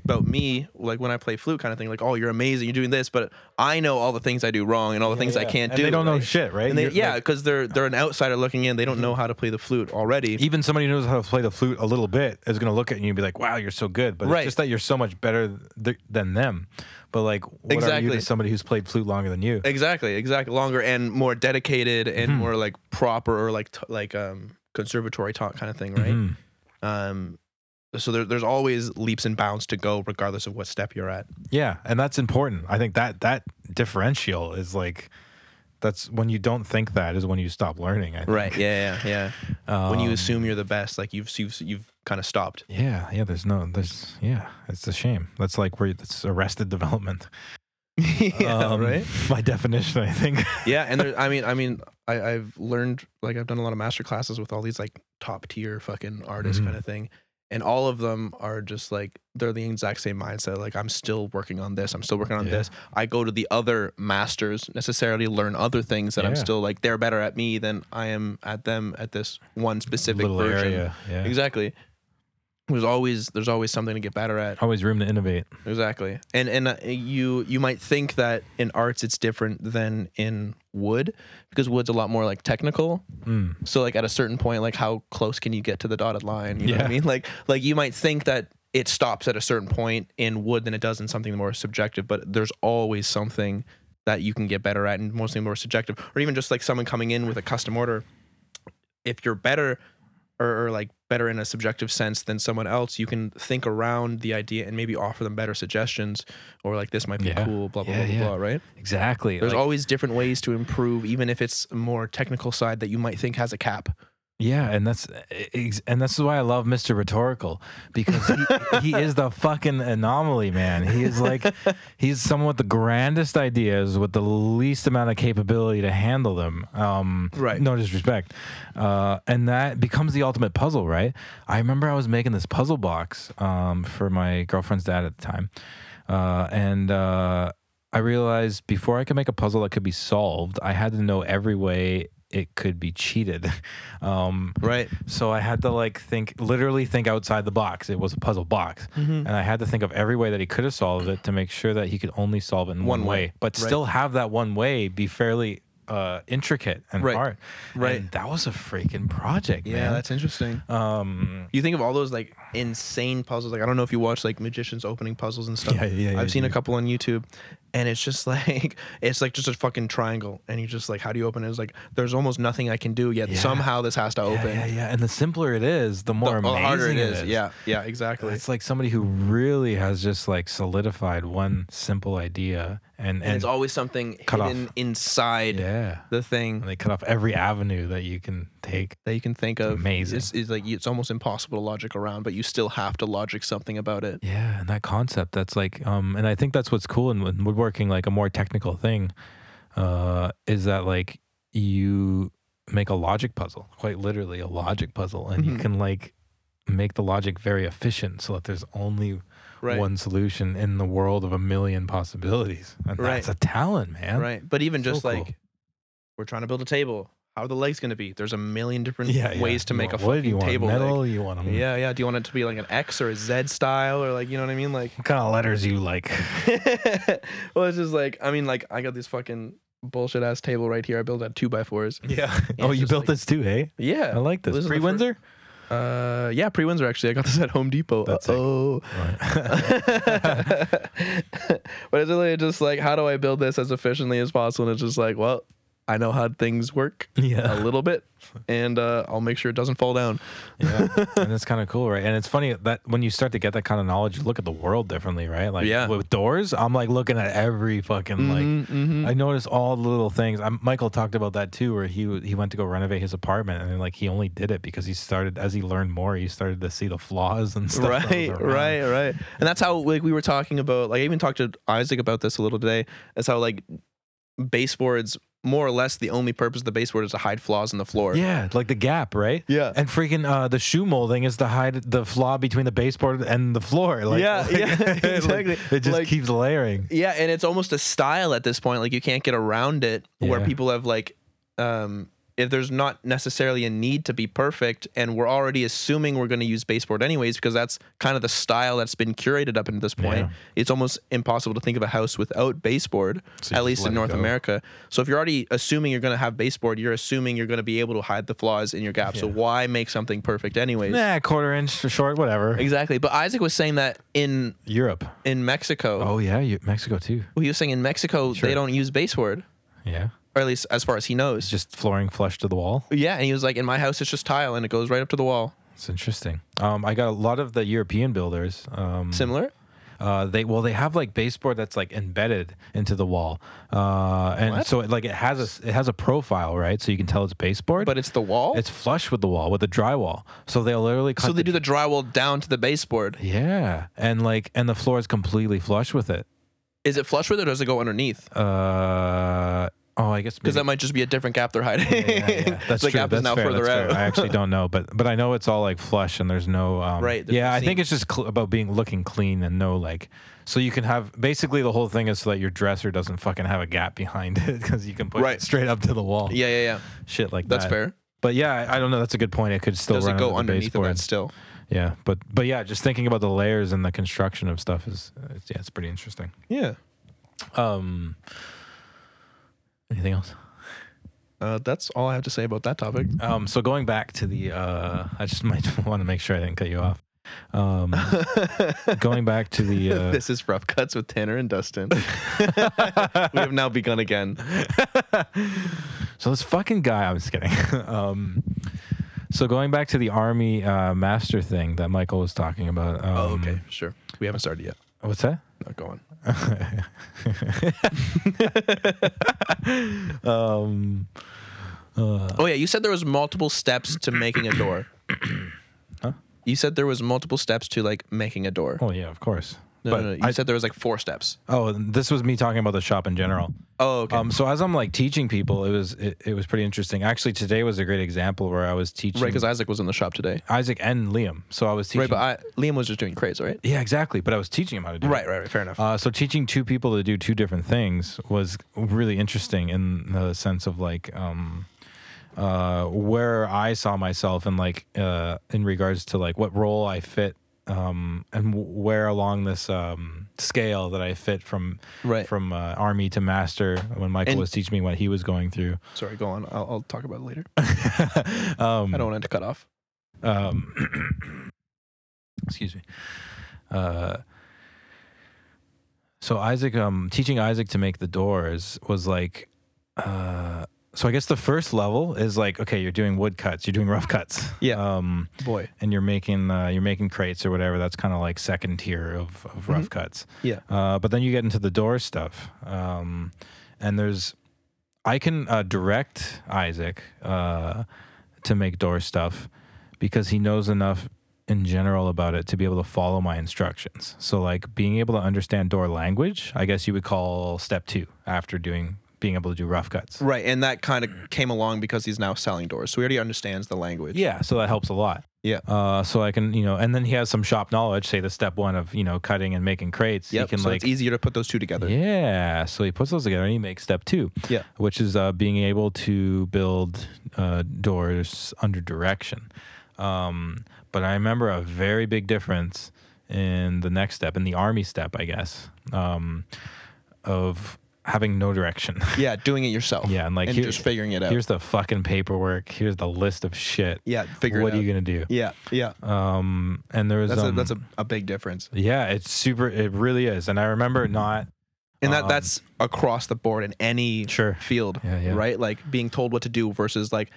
[SPEAKER 1] about me like when I play flute kind of thing, like oh, you're amazing, you're doing this, but I know all the things I do wrong and all the things I
[SPEAKER 2] yeah.
[SPEAKER 1] can't
[SPEAKER 2] And
[SPEAKER 1] do.
[SPEAKER 2] they don't know
[SPEAKER 1] right?
[SPEAKER 2] shit right
[SPEAKER 1] And they,
[SPEAKER 2] You're-
[SPEAKER 1] yeah,
[SPEAKER 2] like,
[SPEAKER 1] because they're they're an outsider looking in. They don't know how to play the flute already.
[SPEAKER 2] even somebody who knows how to play the flute a little bit is going to look at you and be like wow you're so good but
[SPEAKER 1] Right.
[SPEAKER 2] it's just that you're so much better th- than them but like what are you
[SPEAKER 1] Exactly.
[SPEAKER 2] to somebody who's played flute longer than you
[SPEAKER 1] Exactly, exactly. Longer and more dedicated and more like proper or like t- like um conservatory taught kind of thing, right?
[SPEAKER 2] Mhm.
[SPEAKER 1] Um, so there, there's always leaps and bounds to go, regardless of what step you're at.
[SPEAKER 2] Yeah, and that's important. I think that that differential is like that's when you don't think that is when you stop learning. I think.
[SPEAKER 1] Yeah. Yeah. yeah. when you
[SPEAKER 2] Um,
[SPEAKER 1] assume you're the best, like you've you've, you've kind of stopped.
[SPEAKER 2] Yeah, yeah. There's no. There's yeah. It's a shame. That's like where that's arrested development.
[SPEAKER 1] yeah.
[SPEAKER 2] Um, By definition, I think.
[SPEAKER 1] Yeah. And there, I mean, I mean, I, I've learned like I've done a lot of master classes with all these like top tier fucking artists
[SPEAKER 2] Mhm.
[SPEAKER 1] kind of thing. And all of them are just like they're the exact same mindset. Like I'm still working on this. I'm still working on
[SPEAKER 2] Yeah.
[SPEAKER 1] this. I go to the other masters necessarily learn other things that I'm
[SPEAKER 2] Yeah.
[SPEAKER 1] still like they're better at me than I am at them at this one specific
[SPEAKER 2] Little
[SPEAKER 1] version.
[SPEAKER 2] area. Yeah.
[SPEAKER 1] Exactly. There's always there's always something to get better at.
[SPEAKER 2] Always room to innovate.
[SPEAKER 1] Exactly. And and uh, you you might think that in arts it's different than in wood because wood's a lot more like technical.
[SPEAKER 2] Mm.
[SPEAKER 1] So like at a certain point like how close can you get to the dotted line, you know what
[SPEAKER 2] Yeah.
[SPEAKER 1] I mean? Like like you might think that it stops at a certain point in wood than it does in something more subjective, but there's always something that you can get better at and mostly more subjective or even just like someone coming in with a custom order if you're better or, or like better in a subjective sense than someone else, you can think around the idea and maybe offer them better suggestions or like this might be
[SPEAKER 2] Yeah.
[SPEAKER 1] cool, blah blah
[SPEAKER 2] Yeah,
[SPEAKER 1] blah
[SPEAKER 2] yeah.
[SPEAKER 1] blah, right?
[SPEAKER 2] Exactly.
[SPEAKER 1] There's
[SPEAKER 2] like-
[SPEAKER 1] always different ways to improve, even if it's a more technical side that you might think has a cap.
[SPEAKER 2] Yeah, and that's e-, ex- and that's why I love Mr. Rhetorical because he, he is the fucking anomaly, man. He is like he's someone with the grandest ideas with the least amount of capability to handle them. Um,
[SPEAKER 1] Right.
[SPEAKER 2] No disrespect, uh, and that becomes the ultimate puzzle, right? I remember I was making this puzzle box um, for my girlfriend's dad at the time, uh, and. Uh, I realized before I could make a puzzle that could be solved, I had to know every way it could be cheated. Um,
[SPEAKER 1] Right.
[SPEAKER 2] so I had to like think, literally think outside the box. It was a puzzle box,
[SPEAKER 1] Mm-hmm.
[SPEAKER 2] and I had to think of every way that he could have solved it to make sure that he could only solve it in one,
[SPEAKER 1] One
[SPEAKER 2] way,
[SPEAKER 1] way.
[SPEAKER 2] but
[SPEAKER 1] Right.
[SPEAKER 2] still have that one way be fairly uh, intricate and
[SPEAKER 1] Right.
[SPEAKER 2] hard.
[SPEAKER 1] Right.
[SPEAKER 2] And that was a freaking project, man.
[SPEAKER 1] interesting.
[SPEAKER 2] um,
[SPEAKER 1] You think of all those like insane puzzles. Like I don't know if you watch like magicians opening puzzles and stuff.
[SPEAKER 2] Yeah, yeah, yeah,
[SPEAKER 1] I've seen
[SPEAKER 2] yeah.
[SPEAKER 1] a couple on YouTube, and it's just like it's like just a fucking triangle, and you just like how do you open it? It's like there's almost nothing I can do yet.
[SPEAKER 2] Yeah.
[SPEAKER 1] Somehow this has to
[SPEAKER 2] yeah,
[SPEAKER 1] open.
[SPEAKER 2] yeah, yeah. And the simpler it is, the more
[SPEAKER 1] the
[SPEAKER 2] amazing
[SPEAKER 1] harder
[SPEAKER 2] it is.
[SPEAKER 1] Yeah, yeah, exactly.
[SPEAKER 2] It's like somebody who really has just like solidified one simple idea and
[SPEAKER 1] and
[SPEAKER 2] and,
[SPEAKER 1] it's always something
[SPEAKER 2] Cut off.
[SPEAKER 1] hidden inside
[SPEAKER 2] yeah,
[SPEAKER 1] the thing
[SPEAKER 2] and they cut off every avenue that you can take.
[SPEAKER 1] that you can think of.
[SPEAKER 2] amazing.
[SPEAKER 1] It's, it's like it's almost impossible to logic around, but you still have to logic something about it.
[SPEAKER 2] Yeah, and that concept that's like, um, and I think that's what's cool in, in woodworking, like a more technical thing, uh, is that like you make a logic puzzle, quite literally a logic puzzle, and you
[SPEAKER 1] Mhm.
[SPEAKER 2] can like make the logic very efficient so that there's only
[SPEAKER 1] Right.
[SPEAKER 2] one solution in the world of a million possibilities. And
[SPEAKER 1] Right.
[SPEAKER 2] that's a talent, man.
[SPEAKER 1] Right. But even
[SPEAKER 2] So
[SPEAKER 1] just
[SPEAKER 2] cool.
[SPEAKER 1] like we're trying to build a table. How are the legs going to be? There's a million different
[SPEAKER 2] Yeah, yeah.
[SPEAKER 1] ways to
[SPEAKER 2] You
[SPEAKER 1] make
[SPEAKER 2] want
[SPEAKER 1] a
[SPEAKER 2] wood,
[SPEAKER 1] fucking
[SPEAKER 2] you want
[SPEAKER 1] table.
[SPEAKER 2] Metal, um
[SPEAKER 1] leg.
[SPEAKER 2] you want 'em-
[SPEAKER 1] Yeah, yeah. Do you want it to be like an X or a Z style or like you know what I mean? Like
[SPEAKER 2] What kind of letters you like?
[SPEAKER 1] well, it's just like I mean, like I got this fucking bullshit ass table right here. I built out two by fours.
[SPEAKER 2] Yeah. oh,
[SPEAKER 1] it's
[SPEAKER 2] you
[SPEAKER 1] just
[SPEAKER 2] built
[SPEAKER 1] like-
[SPEAKER 2] this too, hey?
[SPEAKER 1] Yeah,
[SPEAKER 2] I like this.
[SPEAKER 1] is the
[SPEAKER 2] Pre
[SPEAKER 1] fir-
[SPEAKER 2] Windsor?
[SPEAKER 1] uh, yeah, pre Windsor actually. I got this at Home Depot.
[SPEAKER 2] That's sick.
[SPEAKER 1] oh, but it's really just like, how do I build this as efficiently as possible? And it's just like, well, I know how things work
[SPEAKER 2] yeah.
[SPEAKER 1] a little bit, and uh, I'll make sure it doesn't fall down.
[SPEAKER 2] yeah. And it's kind of cool, right? And it's funny that when you start to get that kind of knowledge, you look at the world differently, right? Like
[SPEAKER 1] Yeah. Mm-hmm.
[SPEAKER 2] with doors, I'm like looking at every fucking like I notice all the little things. I'm, Michael talked about that too, where he w- he went to go renovate his apartment, and then, like he only did it because he started as he learned more, he started to see the flaws and stuff. that was
[SPEAKER 1] right
[SPEAKER 2] around.
[SPEAKER 1] right right and that's how like we were talking about like i even talked to isaac about this a little today that's how like baseboards more or less the only purpose of the baseboard is to hide flaws in the floor
[SPEAKER 2] Yeah, like the gap, right?
[SPEAKER 1] Yeah.
[SPEAKER 2] And freaking uh, the shoe molding is to hide the flaw between the baseboard and the floor. Like,
[SPEAKER 1] Yeah,
[SPEAKER 2] like-
[SPEAKER 1] yeah,
[SPEAKER 2] like,
[SPEAKER 1] exactly.
[SPEAKER 2] it just
[SPEAKER 1] Like-
[SPEAKER 2] keeps layering.
[SPEAKER 1] yeah and it's almost a style at this point like you can't get around it where
[SPEAKER 2] Yeah.
[SPEAKER 1] people have like um if there's not necessarily a need to be perfect and we're already assuming we're going to use baseboard anyways because that's kind of the style that's been curated up until this point
[SPEAKER 2] Yeah.
[SPEAKER 1] it's almost impossible to think of a house without baseboard
[SPEAKER 2] So you
[SPEAKER 1] at
[SPEAKER 2] just
[SPEAKER 1] least
[SPEAKER 2] let
[SPEAKER 1] in
[SPEAKER 2] it
[SPEAKER 1] north
[SPEAKER 2] go.
[SPEAKER 1] america so if you're already assuming you're going to have baseboard you're assuming you're going to be able to hide the flaws in your gap so
[SPEAKER 2] Yeah.
[SPEAKER 1] why make something perfect anyways
[SPEAKER 2] Nah, quarter inch for short, whatever.
[SPEAKER 1] exactly but isaac was saying that in
[SPEAKER 2] Europe.
[SPEAKER 1] in mexico
[SPEAKER 2] Oh yeah, you, Mexico too.
[SPEAKER 1] he was saying in mexico
[SPEAKER 2] Oh. Sure.
[SPEAKER 1] they don't use baseboard
[SPEAKER 2] Yeah,
[SPEAKER 1] or at least as far as he knows.
[SPEAKER 2] it's just flooring flush to the wall.
[SPEAKER 1] yeah, and he was like, "In my house, it's just tile, and it goes right up to the wall."
[SPEAKER 2] It's interesting. Um, I got a lot of the European builders. Um,
[SPEAKER 1] Similar.
[SPEAKER 2] uh, they well, they have like baseboard that's like embedded into the wall, uh, and
[SPEAKER 1] What?
[SPEAKER 2] so it, like it has a s- it has a profile, right? So you can tell it's baseboard,
[SPEAKER 1] But it's the wall.
[SPEAKER 2] it's flush with the wall with the drywall. So they'll literally cut
[SPEAKER 1] so they do the drywall down to the baseboard.
[SPEAKER 2] yeah, and like and the floor is completely flush with it.
[SPEAKER 1] Is it flush with it, or does it go underneath?
[SPEAKER 2] Uh, oh, I guess
[SPEAKER 1] Because
[SPEAKER 2] maybe-
[SPEAKER 1] that might just be a different gap they're hiding.
[SPEAKER 2] yeah, yeah. That's
[SPEAKER 1] the
[SPEAKER 2] true.
[SPEAKER 1] gap
[SPEAKER 2] That's
[SPEAKER 1] is now
[SPEAKER 2] fair.
[SPEAKER 1] further
[SPEAKER 2] That's
[SPEAKER 1] out.
[SPEAKER 2] fair. I actually don't know, but but I know it's all like flush and there's no um,
[SPEAKER 1] Right, there's
[SPEAKER 2] Yeah,
[SPEAKER 1] no
[SPEAKER 2] I think it's just cl- about being looking clean and no like. So you can have basically the whole thing is so that your dresser doesn't fucking have a gap behind it because you can push
[SPEAKER 1] Right.
[SPEAKER 2] it straight up to the wall.
[SPEAKER 1] yeah, yeah, yeah.
[SPEAKER 2] shit like
[SPEAKER 1] That's
[SPEAKER 2] that.
[SPEAKER 1] fair.
[SPEAKER 2] But yeah, I, I don't know. That's a good point. It could still
[SPEAKER 1] Does
[SPEAKER 2] run
[SPEAKER 1] it go
[SPEAKER 2] under the
[SPEAKER 1] underneath of
[SPEAKER 2] baseboard.
[SPEAKER 1] that still?
[SPEAKER 2] Yeah, but but yeah, just thinking about the layers and the construction of stuff is uh, it's, yeah, it's pretty interesting.
[SPEAKER 1] Yeah.
[SPEAKER 2] Um, anything else?
[SPEAKER 1] Uh, that's all I have to say about that topic.
[SPEAKER 2] Um, so going back to the, uh, I just might want to make sure I didn't cut you off. Um, going back to the, uh,
[SPEAKER 1] this is rough cuts with Tanner and Dustin. we have now begun again.
[SPEAKER 2] Um, so this fucking guy, I'm just kidding. um, so going back to the army uh, master thing that Michael was talking about. Um,
[SPEAKER 1] Oh, okay, sure. We haven't started yet.
[SPEAKER 2] What's that?
[SPEAKER 1] Not going.
[SPEAKER 2] Um,
[SPEAKER 1] Oh yeah, you said there was multiple steps to making a door.
[SPEAKER 2] Huh?
[SPEAKER 1] You said there was multiple steps to like making a door.
[SPEAKER 2] oh yeah, of course.
[SPEAKER 1] No,
[SPEAKER 2] but
[SPEAKER 1] no, no, You
[SPEAKER 2] I-
[SPEAKER 1] said there was like four steps.
[SPEAKER 2] oh, this was me talking about the shop in general.
[SPEAKER 1] Oh, okay.
[SPEAKER 2] Um, so as I'm like teaching people, it was it, it was pretty interesting. Actually, today was a great example where I was teaching
[SPEAKER 1] right, because Isaac was in the shop today.
[SPEAKER 2] Isaac and Liam. So I was teaching.
[SPEAKER 1] Right, but I, Liam was just doing craze, right?
[SPEAKER 2] yeah, exactly. But I was teaching him how to do.
[SPEAKER 1] Right,
[SPEAKER 2] It.
[SPEAKER 1] right, right. Fair enough.
[SPEAKER 2] Uh, so teaching two people to do two different things was really interesting in the sense of like um, uh, where I saw myself and like uh, in regards to like what role I fit um, and w- where along this um, scale that I fit from
[SPEAKER 1] Right.
[SPEAKER 2] from uh, army to master when Michael
[SPEAKER 1] And-
[SPEAKER 2] was teaching me what he was going through.
[SPEAKER 1] Sorry, go on. I'll, I'll talk about it later. I don't want it to cut off.
[SPEAKER 2] um, excuse me. Uh, so Isaac, um, teaching Isaac to make the doors was like, uh, so I guess the first level is like, okay, you're doing wood cuts, you're doing rough cuts,
[SPEAKER 1] Yeah.
[SPEAKER 2] um,
[SPEAKER 1] Boy.
[SPEAKER 2] and you're making uh, you're making crates or whatever. That's kind of like second tier of, of rough cuts.
[SPEAKER 1] Yeah.
[SPEAKER 2] Uh, but then you get into the door stuff, um, and there's I can uh, direct Isaac uh, to make door stuff because he knows enough in general about it to be able to follow my instructions. So like being able to understand door language, I guess you would call step two after doing being able to do rough cuts.
[SPEAKER 1] Right, and that kind of came along because he's now selling doors, so he already understands the language.
[SPEAKER 2] Yeah, so that helps a lot.
[SPEAKER 1] Yeah.
[SPEAKER 2] Uh, so I can, you know, and then he has some shop knowledge, say the step one of, you know, cutting and making crates.
[SPEAKER 1] Yep.
[SPEAKER 2] He can
[SPEAKER 1] so
[SPEAKER 2] like
[SPEAKER 1] it's easier to put those two together.
[SPEAKER 2] Yeah. So he puts those together and he makes step two.
[SPEAKER 1] Yeah.
[SPEAKER 2] Which is uh, being able to build uh, doors under direction. Um, but I remember a very big difference in the next step, in the army step, I guess, um, of having no direction.
[SPEAKER 1] Yeah, doing it yourself.
[SPEAKER 2] yeah. And like,
[SPEAKER 1] Oh, and
[SPEAKER 2] here-
[SPEAKER 1] just figuring it out.
[SPEAKER 2] here's the fucking paperwork. Here's the list of shit.
[SPEAKER 1] yeah, figure
[SPEAKER 2] what
[SPEAKER 1] it
[SPEAKER 2] are you
[SPEAKER 1] out.
[SPEAKER 2] going to do?
[SPEAKER 1] yeah, yeah.
[SPEAKER 2] Um, and there was,
[SPEAKER 1] that's a
[SPEAKER 2] um,
[SPEAKER 1] that's a, a big difference.
[SPEAKER 2] yeah, it's super, it really is. And I remember not,
[SPEAKER 1] and that
[SPEAKER 2] Um,
[SPEAKER 1] that's across the board in any
[SPEAKER 2] Sure.
[SPEAKER 1] field
[SPEAKER 2] Yeah, yeah.
[SPEAKER 1] right like being told what to do versus like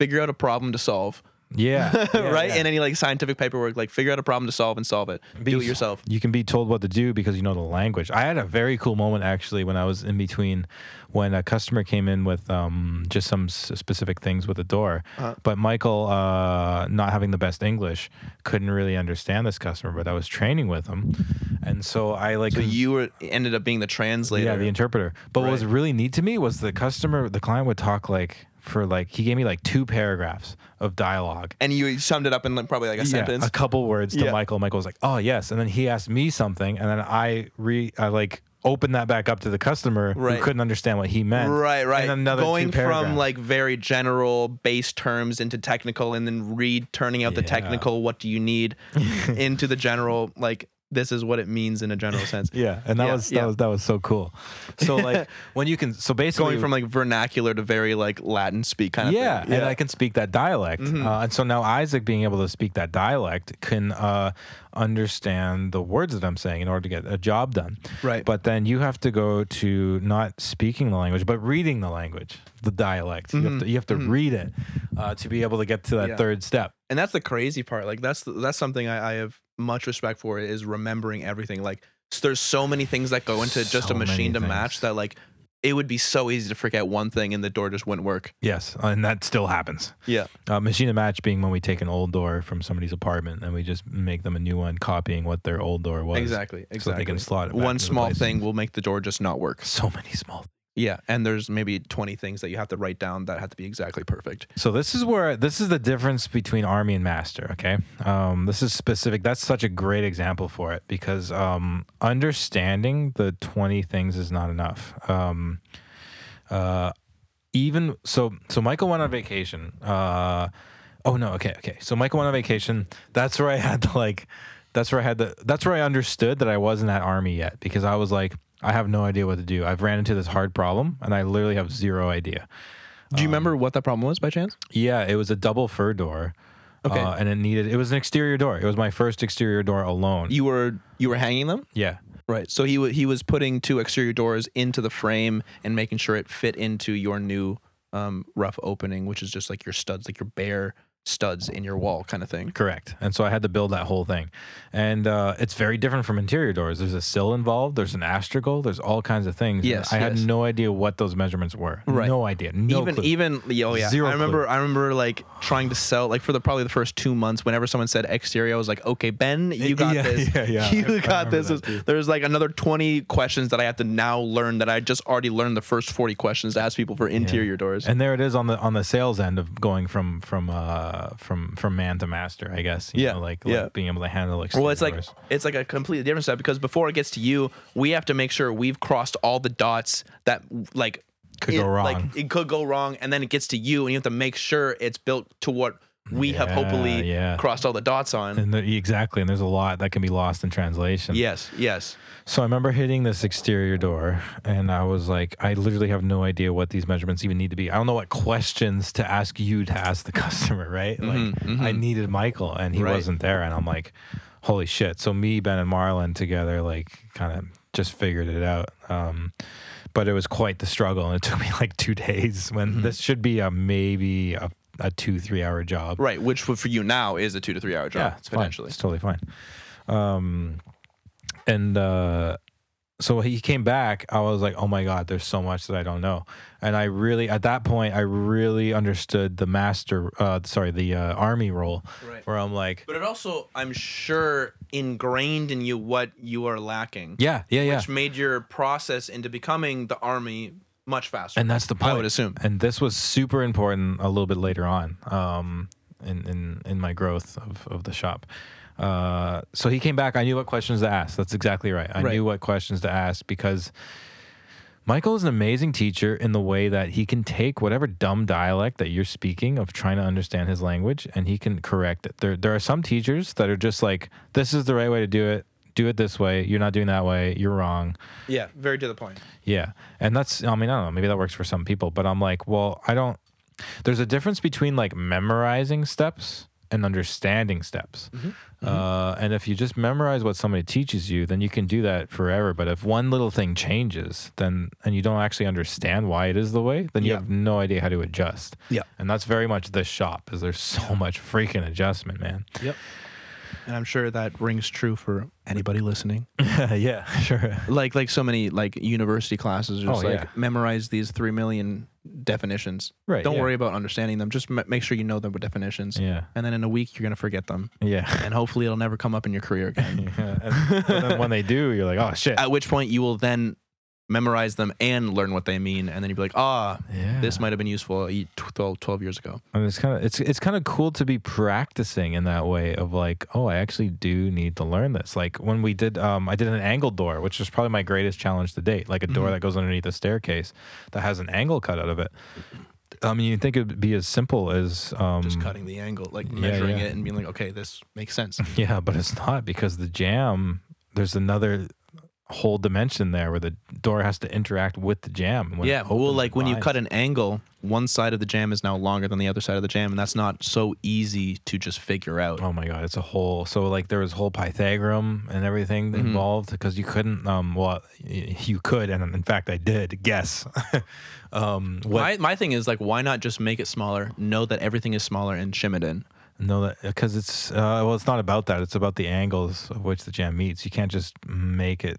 [SPEAKER 1] figure out a problem to solve
[SPEAKER 2] yeah, yeah,
[SPEAKER 1] right
[SPEAKER 2] yeah.
[SPEAKER 1] in any like scientific paperwork like figure out a problem to solve and solve it do it yourself
[SPEAKER 2] You can be told what to do because you know the language. I had a very cool moment actually when I was in between when a customer came in with um, just some s- specific things with the door.
[SPEAKER 1] Uh-huh.
[SPEAKER 2] But Michael, uh, not having the best English, couldn't really understand this customer, but I was training with him. And so I like.
[SPEAKER 1] so you were ended up being the translator
[SPEAKER 2] Mm. Yeah, the interpreter. But what was
[SPEAKER 1] Right.
[SPEAKER 2] really neat to me was the customer, the client would talk like for like, he gave me like two paragraphs of dialogue
[SPEAKER 1] and you summed it up in like, probably like a sentence
[SPEAKER 2] a couple words to
[SPEAKER 1] Yeah.
[SPEAKER 2] Michael. Michael was like, "Oh yes," and then he asked me something, and then I re I like opened that back up to the customer
[SPEAKER 1] Right.
[SPEAKER 2] who couldn't understand what he meant.
[SPEAKER 1] right right
[SPEAKER 2] And another two
[SPEAKER 1] going from
[SPEAKER 2] paragraphs.
[SPEAKER 1] like very general base terms into technical and then read turning out the
[SPEAKER 2] Yeah.
[SPEAKER 1] technical what do you need into the general like this is what it means in a general sense
[SPEAKER 2] yeah, and that
[SPEAKER 1] Yeah,
[SPEAKER 2] was that
[SPEAKER 1] yeah.
[SPEAKER 2] was that was so cool. So like when you can so basically
[SPEAKER 1] going from like vernacular to very like Latin speak kind of
[SPEAKER 2] yeah,
[SPEAKER 1] thing.
[SPEAKER 2] and I can speak that dialect.
[SPEAKER 1] Mm-hmm.
[SPEAKER 2] Uh, and so now Isaac, being able to speak that dialect, can uh, understand the words that I'm saying in order to get a job done.
[SPEAKER 1] Right.
[SPEAKER 2] But then you have to go to not speaking the language, but reading the language, the dialect. You have to you have to read it uh, to be able to get to that
[SPEAKER 1] Mm-hmm. Yeah.
[SPEAKER 2] third step.
[SPEAKER 1] and that's the crazy part. Like that's that's something I, I have much respect for is remembering everything. Like s- there's so many things that go into just
[SPEAKER 2] So
[SPEAKER 1] a
[SPEAKER 2] many
[SPEAKER 1] machine to
[SPEAKER 2] things.
[SPEAKER 1] match that like it would be so easy to forget one thing and the door just wouldn't work.
[SPEAKER 2] Yes, and that still happens.
[SPEAKER 1] Yeah.
[SPEAKER 2] Uh, machine to match being when we take an old door from somebody's apartment and we just make them a new one, copying what their old door was.
[SPEAKER 1] Exactly. Exactly.
[SPEAKER 2] So they can slot it back
[SPEAKER 1] one
[SPEAKER 2] into the
[SPEAKER 1] small
[SPEAKER 2] place.
[SPEAKER 1] thing will make the door just not work.
[SPEAKER 2] So many small
[SPEAKER 1] Yeah. And there's maybe 20 things that you have to write down that have to be exactly perfect.
[SPEAKER 2] So this is where this is the difference between army and master. Okay, um, this is specific. That's such a great example for it because um, understanding the twenty things is not enough. Um, uh, even so, so Michael went on vacation. Uh, oh no, okay, okay. So Michael went on vacation. That's where I had to like. That's where I had the. That's where I understood that I wasn't at army yet because I was like, I have no idea what to do. I've ran into this hard problem and I literally have zero idea.
[SPEAKER 1] Do you
[SPEAKER 2] Um,
[SPEAKER 1] remember what that problem was by chance?
[SPEAKER 2] Yeah, it was a double fur door.
[SPEAKER 1] Okay.
[SPEAKER 2] Uh, and it needed, it was an exterior door. It was my first exterior door alone.
[SPEAKER 1] You were you were hanging them?
[SPEAKER 2] yeah.
[SPEAKER 1] Right. So he wa he was putting two exterior doors into the frame and making sure it fit into your new um, rough opening, which is just like your studs, like your bare studs in your wall kind of thing.
[SPEAKER 2] Correct. And so I had to build that whole thing. And uh, it's very different from interior doors. There's a sill involved, there's an astragal, there's all kinds of things. And
[SPEAKER 1] Yes,
[SPEAKER 2] I had
[SPEAKER 1] yes.
[SPEAKER 2] no idea what those measurements were.
[SPEAKER 1] Right.
[SPEAKER 2] No idea. No
[SPEAKER 1] even
[SPEAKER 2] clue.
[SPEAKER 1] even yeah, oh yeah.
[SPEAKER 2] Zero
[SPEAKER 1] I remember I remember like trying to sell like for the probably the first two months, whenever someone said exterior, I was like, okay, Ben, you got
[SPEAKER 2] Eh, yeah,
[SPEAKER 1] this.
[SPEAKER 2] yeah, yeah. I- I
[SPEAKER 1] You got
[SPEAKER 2] remember
[SPEAKER 1] this.
[SPEAKER 2] that too.
[SPEAKER 1] There's like another 20 questions that I have to now learn that I just already learned the first 40 questions to ask people for interior doors.
[SPEAKER 2] and there it is on the on the sales end of going from from uh from from man to master, I guess. You
[SPEAKER 1] Yeah,
[SPEAKER 2] know, like,
[SPEAKER 1] yeah.
[SPEAKER 2] like being able to handle exterior
[SPEAKER 1] Well, it's like
[SPEAKER 2] doors.
[SPEAKER 1] it's like a completely different step because before it gets to you, we have to make sure we've crossed all the dots that like
[SPEAKER 2] Could go
[SPEAKER 1] it-
[SPEAKER 2] wrong.
[SPEAKER 1] Like it could go wrong, and then it gets to you, and you have to make sure it's built to what we have
[SPEAKER 2] Yeah,
[SPEAKER 1] hopefully
[SPEAKER 2] yeah.
[SPEAKER 1] crossed all the dots on.
[SPEAKER 2] and there, exactly, and there's a lot that can be lost in translation.
[SPEAKER 1] yes, yes,
[SPEAKER 2] So I remember hitting this exterior door, and I was like, I literally have no idea what these measurements even need to be. I don't know what questions to ask you to ask the customer, right? like, I needed Michael, and he
[SPEAKER 1] Right.
[SPEAKER 2] wasn't there, and I'm like, holy shit. So me, Ben, and Marlon together, like, kind of just figured it out. Um, but it was quite the struggle, and it took me like two days. When this should be a maybe a, a two three hour job,
[SPEAKER 1] right. Which for you now is a two to three hour job
[SPEAKER 2] yeah, it's
[SPEAKER 1] potentially.
[SPEAKER 2] Fine. It's totally fine. Um, and uh, so he came back. I was like, oh my god, there's so much that I don't know. And I really, at that point, I really understood the master. Uh, sorry, the uh, army role,
[SPEAKER 1] Right.
[SPEAKER 2] where I'm like,
[SPEAKER 1] But it also, I'm sure, ingrained in you what you are lacking,
[SPEAKER 2] yeah, yeah, yeah.
[SPEAKER 1] which made your process into becoming the army much faster.
[SPEAKER 2] And that's the point.
[SPEAKER 1] I would assume.
[SPEAKER 2] And this was super important a little bit later on. Um, in in, in my growth of, of the shop. Uh, so he came back. I knew what questions to ask. That's exactly right. I
[SPEAKER 1] Right.
[SPEAKER 2] knew what questions to ask because Michael is an amazing teacher in the way that he can take whatever dumb dialect that you're speaking of trying to understand his language and he can correct it. There, there are some teachers that are just like, this is the right way to do it. Do it this way. You're not doing that way. You're wrong.
[SPEAKER 1] Yeah, very to the point.
[SPEAKER 2] Yeah. And that's, I mean, I don't know, maybe that works for some people, but I'm like, well, I don't, there's a difference between like memorizing steps and understanding steps.
[SPEAKER 1] Mm-hmm.
[SPEAKER 2] Uh, and if you just memorize what somebody teaches you, then you can do that forever. But if one little thing changes, then, and you don't actually understand why it is the way, then you
[SPEAKER 1] Yeah.
[SPEAKER 2] have no idea how to adjust.
[SPEAKER 1] Yeah.
[SPEAKER 2] And that's very much this shop, is there's so much freaking adjustment, man.
[SPEAKER 1] Yep. And I'm sure that rings true for anybody listening.
[SPEAKER 2] yeah, sure.
[SPEAKER 1] Like like so many like university classes, are just
[SPEAKER 2] Oh,
[SPEAKER 1] like
[SPEAKER 2] yeah.
[SPEAKER 1] memorize these three million definitions.
[SPEAKER 2] Right,
[SPEAKER 1] Don't
[SPEAKER 2] yeah.
[SPEAKER 1] worry about understanding them. Just m- make sure you know the definitions.
[SPEAKER 2] Yeah.
[SPEAKER 1] And then in a week you're gonna forget them,
[SPEAKER 2] Yeah.
[SPEAKER 1] and hopefully it'll never come up in your career again.
[SPEAKER 2] yeah. And, but then when they do, you're like, oh, shit.
[SPEAKER 1] At which point you will then memorize them and learn what they mean, and then you'll be like, ah,
[SPEAKER 2] yeah.
[SPEAKER 1] this might have been useful e- 12, 12 years ago.
[SPEAKER 2] And it's kind of it's it's kind of cool to be practicing in that way of like, oh, I actually do need to learn this. Like when we did, um, I did an angle door, which is probably my greatest challenge to date. Like a door
[SPEAKER 1] Mm-hmm.
[SPEAKER 2] that goes underneath a staircase that has an angle cut out of it. I mean, you think it'd be as simple as um,
[SPEAKER 1] Just cutting the angle, like measuring
[SPEAKER 2] yeah.
[SPEAKER 1] it and being like, okay, this makes sense.
[SPEAKER 2] yeah, but it's not because the jam. There's another whole dimension there where the door has to interact with the jam. When it
[SPEAKER 1] yeah, well,
[SPEAKER 2] opens,
[SPEAKER 1] like
[SPEAKER 2] it
[SPEAKER 1] when you
[SPEAKER 2] binds.
[SPEAKER 1] cut an angle, one side of the jam is now longer than the other side of the jam, and that's not so easy to just figure out.
[SPEAKER 2] Oh my god, it's a whole so like there was whole Pythagorean and everything
[SPEAKER 1] Mm-hmm.
[SPEAKER 2] involved because you couldn't um well y- you could and in fact I did guess um what
[SPEAKER 1] My, my thing is like, why not just make it smaller? Know that everything is smaller and shim it in.
[SPEAKER 2] no that because it's uh well it's not about that it's about the angles of which the jam meets you can't just make it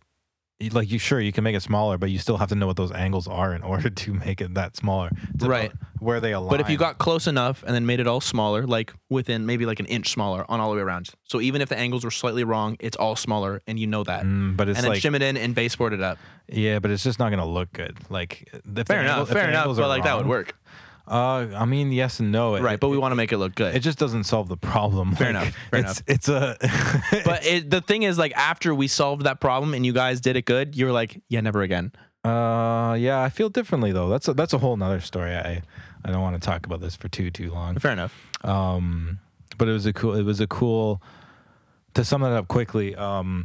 [SPEAKER 2] you- like you sure you can make it smaller but you still have to know what those angles are in order to make it that smaller It's about
[SPEAKER 1] Right.
[SPEAKER 2] where they align
[SPEAKER 1] But if you got close enough and then made it all smaller, like within maybe like an inch smaller on all the way around. So even if the angles were slightly wrong, it's all smaller, and you know that.
[SPEAKER 2] Mm, but it's
[SPEAKER 1] and then
[SPEAKER 2] like
[SPEAKER 1] shim it in and baseboard it up.
[SPEAKER 2] yeah but it's just not gonna look good like the
[SPEAKER 1] Fair enough, fair enough. But like that would work,
[SPEAKER 2] uh I mean yes and no It-
[SPEAKER 1] right? But we want to make it look good.
[SPEAKER 2] it just doesn't solve the problem.
[SPEAKER 1] Fair enough, fair
[SPEAKER 2] it's, It's a
[SPEAKER 1] but it, the thing is, like after we solved that problem and you guys did it good, you were like, yeah, never again.
[SPEAKER 2] uh, yeah. I feel differently though. That's a, that's a whole nother story. I I don't want to talk about this for too too long.
[SPEAKER 1] Fair enough.
[SPEAKER 2] Um, but it was a cool. It was a cool. To sum that up quickly, um,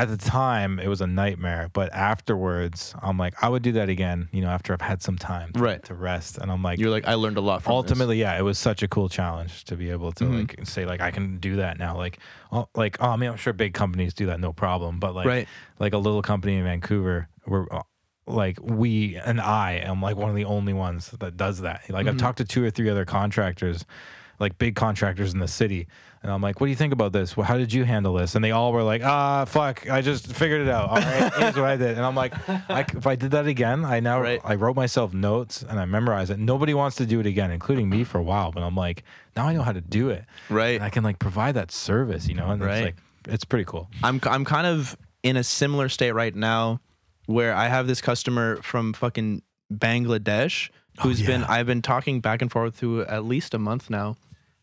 [SPEAKER 2] at the time it was a nightmare, but afterwards I'm like, I would do that again. You know, after I've had some time to,
[SPEAKER 1] Right.
[SPEAKER 2] to rest, and I'm like,
[SPEAKER 1] You're like, I learned a lot from Mm-hmm.
[SPEAKER 2] ultimately yeah it was such a cool challenge to be able to like say like i can do that now like oh, like oh man i'm sure big companies do that no problem but like
[SPEAKER 1] Right.
[SPEAKER 2] like a little company in vancouver where uh, like we and i am like one of the only ones that does that like
[SPEAKER 1] Mm-hmm.
[SPEAKER 2] i've talked to two or three other contractors like big contractors in the city and i'm like what do you think about this well, how did you handle this and they all were like ah fuck i just figured it out all right here's what i did and i'm like I c if i did that again i now
[SPEAKER 1] Right.
[SPEAKER 2] I wrote myself notes and I memorized it. Nobody wants to do it again, including me for a while. But I'm like, now I know how to do it.
[SPEAKER 1] Right.
[SPEAKER 2] And I can like provide that service, you know? And
[SPEAKER 1] Right.
[SPEAKER 2] it's like, it's pretty cool.
[SPEAKER 1] I'm I'm kind of in a similar state right now where I have this customer from fucking Bangladesh who's been
[SPEAKER 2] yeah.
[SPEAKER 1] I've been talking back and forth to at least a month now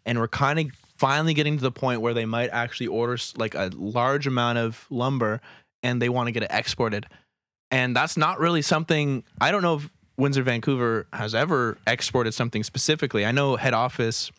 [SPEAKER 1] and we're kind of finally getting to the point where they might actually order s- like a large amount of lumber and they want to get it exported. And that's not really something I don't know if Windsor Vancouver has ever exported something specifically. I know head office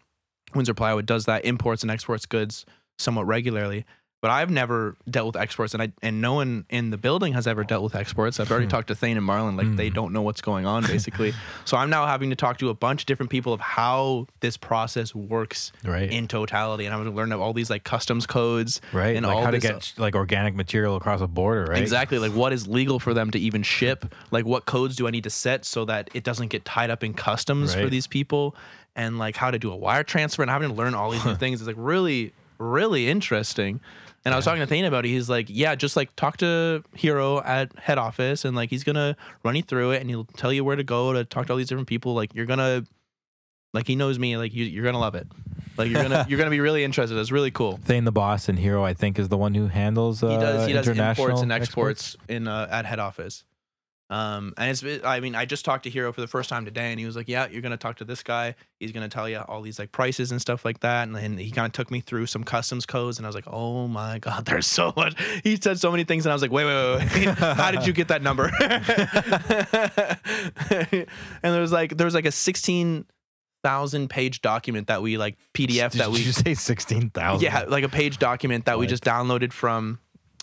[SPEAKER 1] Windsor Plywood does that, imports and exports goods somewhat regularly. But I've never dealt with exports, and I and no one in the building has ever dealt with exports. I've
[SPEAKER 2] Hmm.
[SPEAKER 1] already talked to Thane and Marlon, like they don't know what's going on basically. so I'm now having to talk to a bunch of different people of how this process works
[SPEAKER 2] Right.
[SPEAKER 1] in totality, and I'm going to learn of all these like customs codes,
[SPEAKER 2] Right.
[SPEAKER 1] And
[SPEAKER 2] like
[SPEAKER 1] all
[SPEAKER 2] how to
[SPEAKER 1] this
[SPEAKER 2] get like organic material across a border, right?
[SPEAKER 1] Exactly. Like what is legal for them to even ship? Like what codes do I need to set so that it doesn't get tied up in customs for
[SPEAKER 2] Right.
[SPEAKER 1] these people? And like how to do a wire transfer and having to learn all these new things is like really, really interesting. And I was talking to Thane about it. He's like, yeah, just like talk to Hero at head office and like he's gonna run you through it and he'll tell you where to go to talk to all these different people. Like you're gonna like he knows me, like you, you're gonna love it. Like you're gonna you're gonna be really interested. It's really cool.
[SPEAKER 2] Thane the boss and Hero, I think, is the one who handles uh,
[SPEAKER 1] He does. He does
[SPEAKER 2] international
[SPEAKER 1] imports and exports in uh, at head office. Um, and it's, I mean, I just talked to Hero for the first time today, and he was like, "Yeah, you're gonna talk to this guy. He's gonna tell you all these like prices and stuff like that." And then he kind of took me through some customs codes, and I was like, "Oh my god, there's so much." He said so many things, and I was like, "Wait, wait, wait, wait. how did you get that number?" and there was like there was like a sixteen thousand page document that we like PDF
[SPEAKER 2] Did
[SPEAKER 1] that we
[SPEAKER 2] you say sixteen thousand?
[SPEAKER 1] yeah, like a page document that we
[SPEAKER 2] Like-
[SPEAKER 1] just downloaded from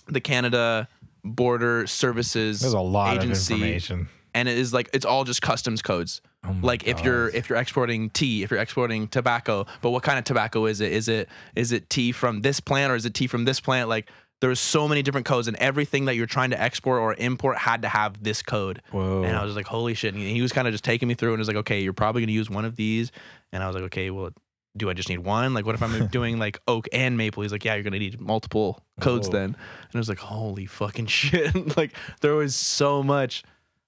[SPEAKER 1] the Canada Border Services
[SPEAKER 2] there's a lot
[SPEAKER 1] agency,
[SPEAKER 2] of information.
[SPEAKER 1] and it is like it's all just customs codes.
[SPEAKER 2] Oh my
[SPEAKER 1] Like if you're
[SPEAKER 2] God.
[SPEAKER 1] if you're exporting tea, if you're exporting tobacco, but what kind of tobacco is it? Is it is it tea from this plant or is it tea from this plant? Like there's so many different codes, and everything that you're trying to export or import had to have this code.
[SPEAKER 2] Whoa.
[SPEAKER 1] And I was just like, holy shit. And he was kind of just taking me through and was like, okay, you're probably going to use one of these. And I was like, okay, well, do I just need one? Like, what if I'm doing like oak and maple? He's like, yeah, you're going to need multiple codes
[SPEAKER 2] Whoa.
[SPEAKER 1] then. And I was like, holy fucking shit. like, there was so much.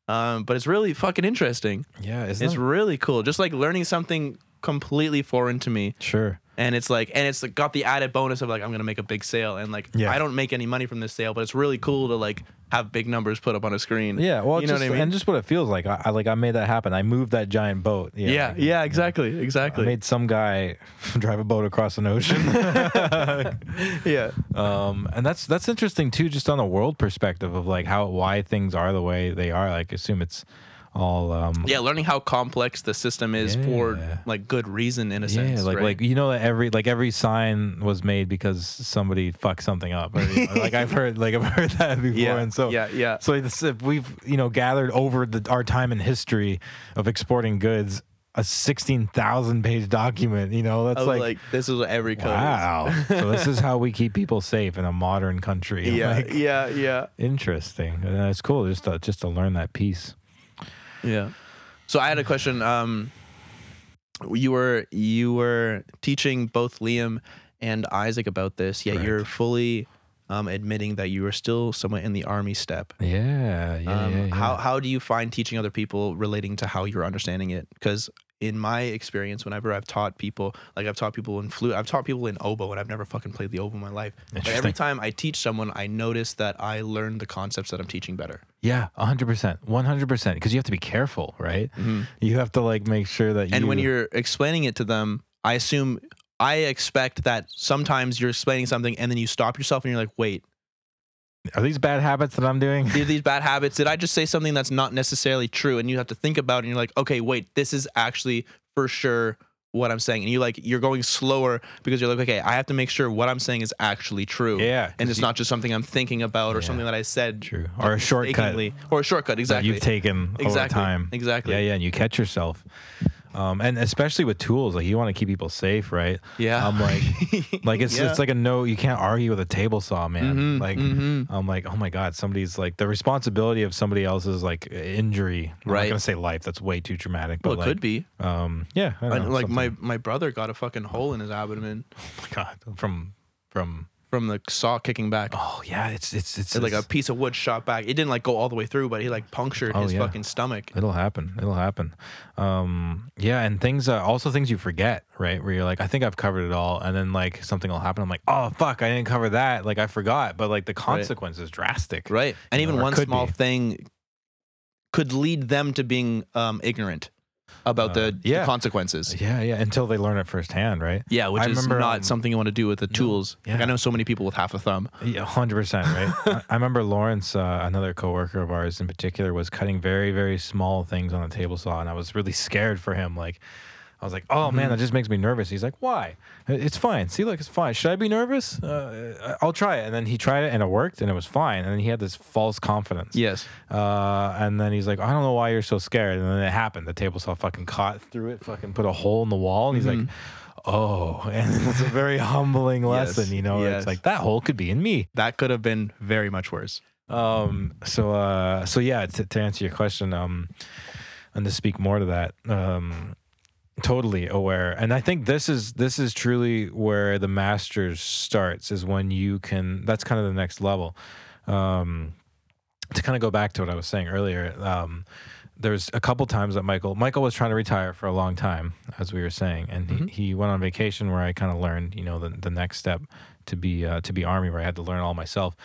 [SPEAKER 1] Um, but it's really fucking interesting.
[SPEAKER 2] yeah, isn't
[SPEAKER 1] It's
[SPEAKER 2] that-
[SPEAKER 1] really cool. Just like learning something completely foreign to me.
[SPEAKER 2] sure.
[SPEAKER 1] And it's like, and it's like got the added bonus of like, I'm going to make a big sale. And like,
[SPEAKER 2] Yeah.
[SPEAKER 1] I don't make any money from this sale, but it's really cool to like have big numbers put up on a screen.
[SPEAKER 2] Yeah, well,
[SPEAKER 1] you
[SPEAKER 2] just,
[SPEAKER 1] know what I mean?
[SPEAKER 2] and just what it feels like. I, I like I made that happen. I moved that giant boat. Yeah,
[SPEAKER 1] Yeah,
[SPEAKER 2] like,
[SPEAKER 1] yeah, exactly,
[SPEAKER 2] I
[SPEAKER 1] exactly.
[SPEAKER 2] made some guy drive a boat across an ocean.
[SPEAKER 1] yeah,
[SPEAKER 2] um, and that's that's interesting too, just on the world perspective of like how why things are the way they are. Like assume it's all um,
[SPEAKER 1] yeah. Learning how complex the system is
[SPEAKER 2] Yeah.
[SPEAKER 1] for like good reason, in a sense.
[SPEAKER 2] like
[SPEAKER 1] right?
[SPEAKER 2] like you know that every like every sign was made because somebody fucked something up. Or, you know, like I've heard like I've heard that before,
[SPEAKER 1] yeah,
[SPEAKER 2] and so
[SPEAKER 1] yeah, yeah.
[SPEAKER 2] So this, if we've you know gathered over the, our time in history of exporting goods a sixteen thousand page document. You know that's
[SPEAKER 1] I was
[SPEAKER 2] like,
[SPEAKER 1] Oh, like, this is what every code. is.
[SPEAKER 2] wow. so this is how we keep people safe in a modern country.
[SPEAKER 1] Yeah,
[SPEAKER 2] Like,
[SPEAKER 1] yeah, yeah,
[SPEAKER 2] interesting. And it's cool just to, just to learn that piece.
[SPEAKER 1] yeah. So I had a question. Um, you were you were teaching both Liam and Isaac about this, yet
[SPEAKER 2] Correct.
[SPEAKER 1] you're fully um, admitting that you are still somewhat in the army step.
[SPEAKER 2] Yeah, yeah,
[SPEAKER 1] um,
[SPEAKER 2] yeah, yeah.
[SPEAKER 1] How how do you find teaching other people relating to how you're understanding it? Because in my experience, whenever I've taught people, like I've taught people in flute, I've taught people in oboe, and I've never fucking played the oboe in my life. But every
[SPEAKER 2] Interesting.
[SPEAKER 1] time I teach someone, I notice that I learn the concepts that I'm teaching better.
[SPEAKER 2] yeah, hundred percent, one hundred percent. Because you have to be careful, right? You have to like make sure that.
[SPEAKER 1] And
[SPEAKER 2] Mm-hmm. you,
[SPEAKER 1] when you're explaining it to them, I assume I expect that sometimes you're explaining something and then you stop yourself and you're like, wait,
[SPEAKER 2] are these bad habits that I'm doing?
[SPEAKER 1] these these bad habits. Did I just say something that's not necessarily true? And you have to think about it and you're like, okay, wait, this is actually for sure what I'm saying. And you like you're going slower because you're like, okay, I have to make sure what I'm saying is actually true.
[SPEAKER 2] Yeah, 'cause
[SPEAKER 1] And it's
[SPEAKER 2] you-
[SPEAKER 1] not just something I'm thinking about or
[SPEAKER 2] Yeah.
[SPEAKER 1] something that I said
[SPEAKER 2] True. Or a shortcut.
[SPEAKER 1] mistakenly. Or a shortcut,
[SPEAKER 2] that
[SPEAKER 1] exactly.
[SPEAKER 2] you've taken over
[SPEAKER 1] Exactly.
[SPEAKER 2] time.
[SPEAKER 1] Exactly.
[SPEAKER 2] Yeah, yeah, and you catch yourself. Um, and especially with tools, like you want to keep people safe, right?
[SPEAKER 1] Yeah.
[SPEAKER 2] I'm like, like it's
[SPEAKER 1] Yeah.
[SPEAKER 2] it's like a no, you can't argue with a table saw, man.
[SPEAKER 1] Mhm,
[SPEAKER 2] like
[SPEAKER 1] mhm.
[SPEAKER 2] I'm like, oh my god, somebody's like the responsibility of somebody else's like injury. I'm not
[SPEAKER 1] Right.
[SPEAKER 2] gonna say life, that's way too dramatic. But
[SPEAKER 1] well, it
[SPEAKER 2] like,
[SPEAKER 1] could be.
[SPEAKER 2] Um, yeah, I
[SPEAKER 1] I-
[SPEAKER 2] know,
[SPEAKER 1] like my,
[SPEAKER 2] something-
[SPEAKER 1] my brother got a fucking hole in his abdomen
[SPEAKER 2] God from from
[SPEAKER 1] from the saw kicking back.
[SPEAKER 2] oh yeah, it's it's it's,
[SPEAKER 1] Like a
[SPEAKER 2] it's-
[SPEAKER 1] piece of wood shot back. It didn't like go all the way through, but he like punctured
[SPEAKER 2] Oh,
[SPEAKER 1] his
[SPEAKER 2] yeah.
[SPEAKER 1] fucking stomach.
[SPEAKER 2] It'll happen. It'll happen. Um, yeah, and things uh, also things you forget, right? Where you're like, I think I've covered it all, and then like something will happen. I'm like, oh fuck, I didn't cover that. Like I forgot, but like the consequence is drastic.
[SPEAKER 1] Right. And
[SPEAKER 2] You know,
[SPEAKER 1] even
[SPEAKER 2] or
[SPEAKER 1] one
[SPEAKER 2] could
[SPEAKER 1] small
[SPEAKER 2] be.
[SPEAKER 1] thing could lead them to being um, ignorant about
[SPEAKER 2] Uh,
[SPEAKER 1] the, the
[SPEAKER 2] yeah.
[SPEAKER 1] consequences.
[SPEAKER 2] Yeah, yeah. Until they learn it firsthand, right?
[SPEAKER 1] Yeah, which
[SPEAKER 2] I
[SPEAKER 1] is
[SPEAKER 2] remember,
[SPEAKER 1] not
[SPEAKER 2] um,
[SPEAKER 1] something you want to do with the tools. Like
[SPEAKER 2] yeah.
[SPEAKER 1] I know so many people with half a thumb.
[SPEAKER 2] Yeah, hundred percent, right? I- I remember Lawrence, uh, another coworker of ours in particular, was cutting very, very small things on a table saw, and I was really scared for him. Like, I was like, "Oh man, that just makes me nervous." He's like, "Why? It- It's fine. See, look, it's fine. Should I be nervous? Uh, I- I'll try it." And then he tried it, and it worked, and it was fine. And then he had this false confidence.
[SPEAKER 1] Yes.
[SPEAKER 2] Uh, and then he's like, I don't know why you're so scared. And then it happened. The table saw fucking caught through it, fucking put a hole in the wall. And he's like, oh. And it's a very humbling
[SPEAKER 1] Mm-hmm. Yes,
[SPEAKER 2] lesson, you know?
[SPEAKER 1] yes.
[SPEAKER 2] It's like, that hole could be in me.
[SPEAKER 1] That could have been very much worse.
[SPEAKER 2] Um,
[SPEAKER 1] Mm-hmm.
[SPEAKER 2] so, uh, so yeah, to, to answer your question, um, and to speak more to that, um, totally aware. And I think this is, this is truly where the masters starts is when you can, that's kind of the next level. Um, to kind of go back to what I was saying earlier, um, there's a couple times that Michael Michael was trying to retire for a long time, as we were saying, and
[SPEAKER 1] Mhm.
[SPEAKER 2] he, he went on vacation where I kind of learned, you know, the, the next step to be uh, to be army, where I had to learn all myself,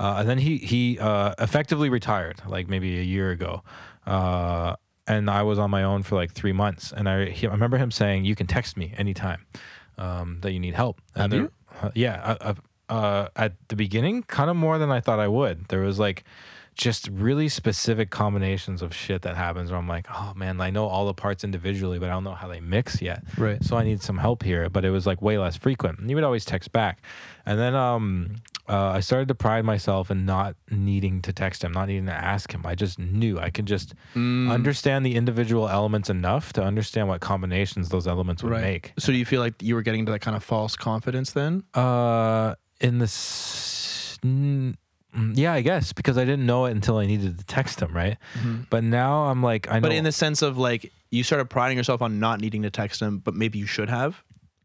[SPEAKER 2] uh, and then he he uh, effectively retired like maybe a year ago, uh, and I was on my own for like three months, and I he, I remember him saying, "You can text me anytime um, that you need help." And
[SPEAKER 1] Have you?
[SPEAKER 2] there- uh, yeah, uh, uh, uh, at the beginning, kind of more than I thought I would. There was like just really specific combinations of shit that happens where I'm like, oh man, I know all the parts individually, but I don't know how they mix yet.
[SPEAKER 1] Right.
[SPEAKER 2] So I need some help here. But it was like way less frequent. And he would always text back. And then um, uh, I started to pride myself in not needing to text him, not needing to ask him. I just knew I could just
[SPEAKER 1] Mm.
[SPEAKER 2] understand the individual elements enough to understand what combinations those elements would make.
[SPEAKER 1] So do you feel like you were getting to that kind of false confidence then?
[SPEAKER 2] Uh, in the s- n- mm, yeah, I guess because I didn't know it until I needed to text him, right? But now I'm like, I know.
[SPEAKER 1] Mm-hmm. But in the sense of like you started priding yourself on not needing to text him, but maybe you should have.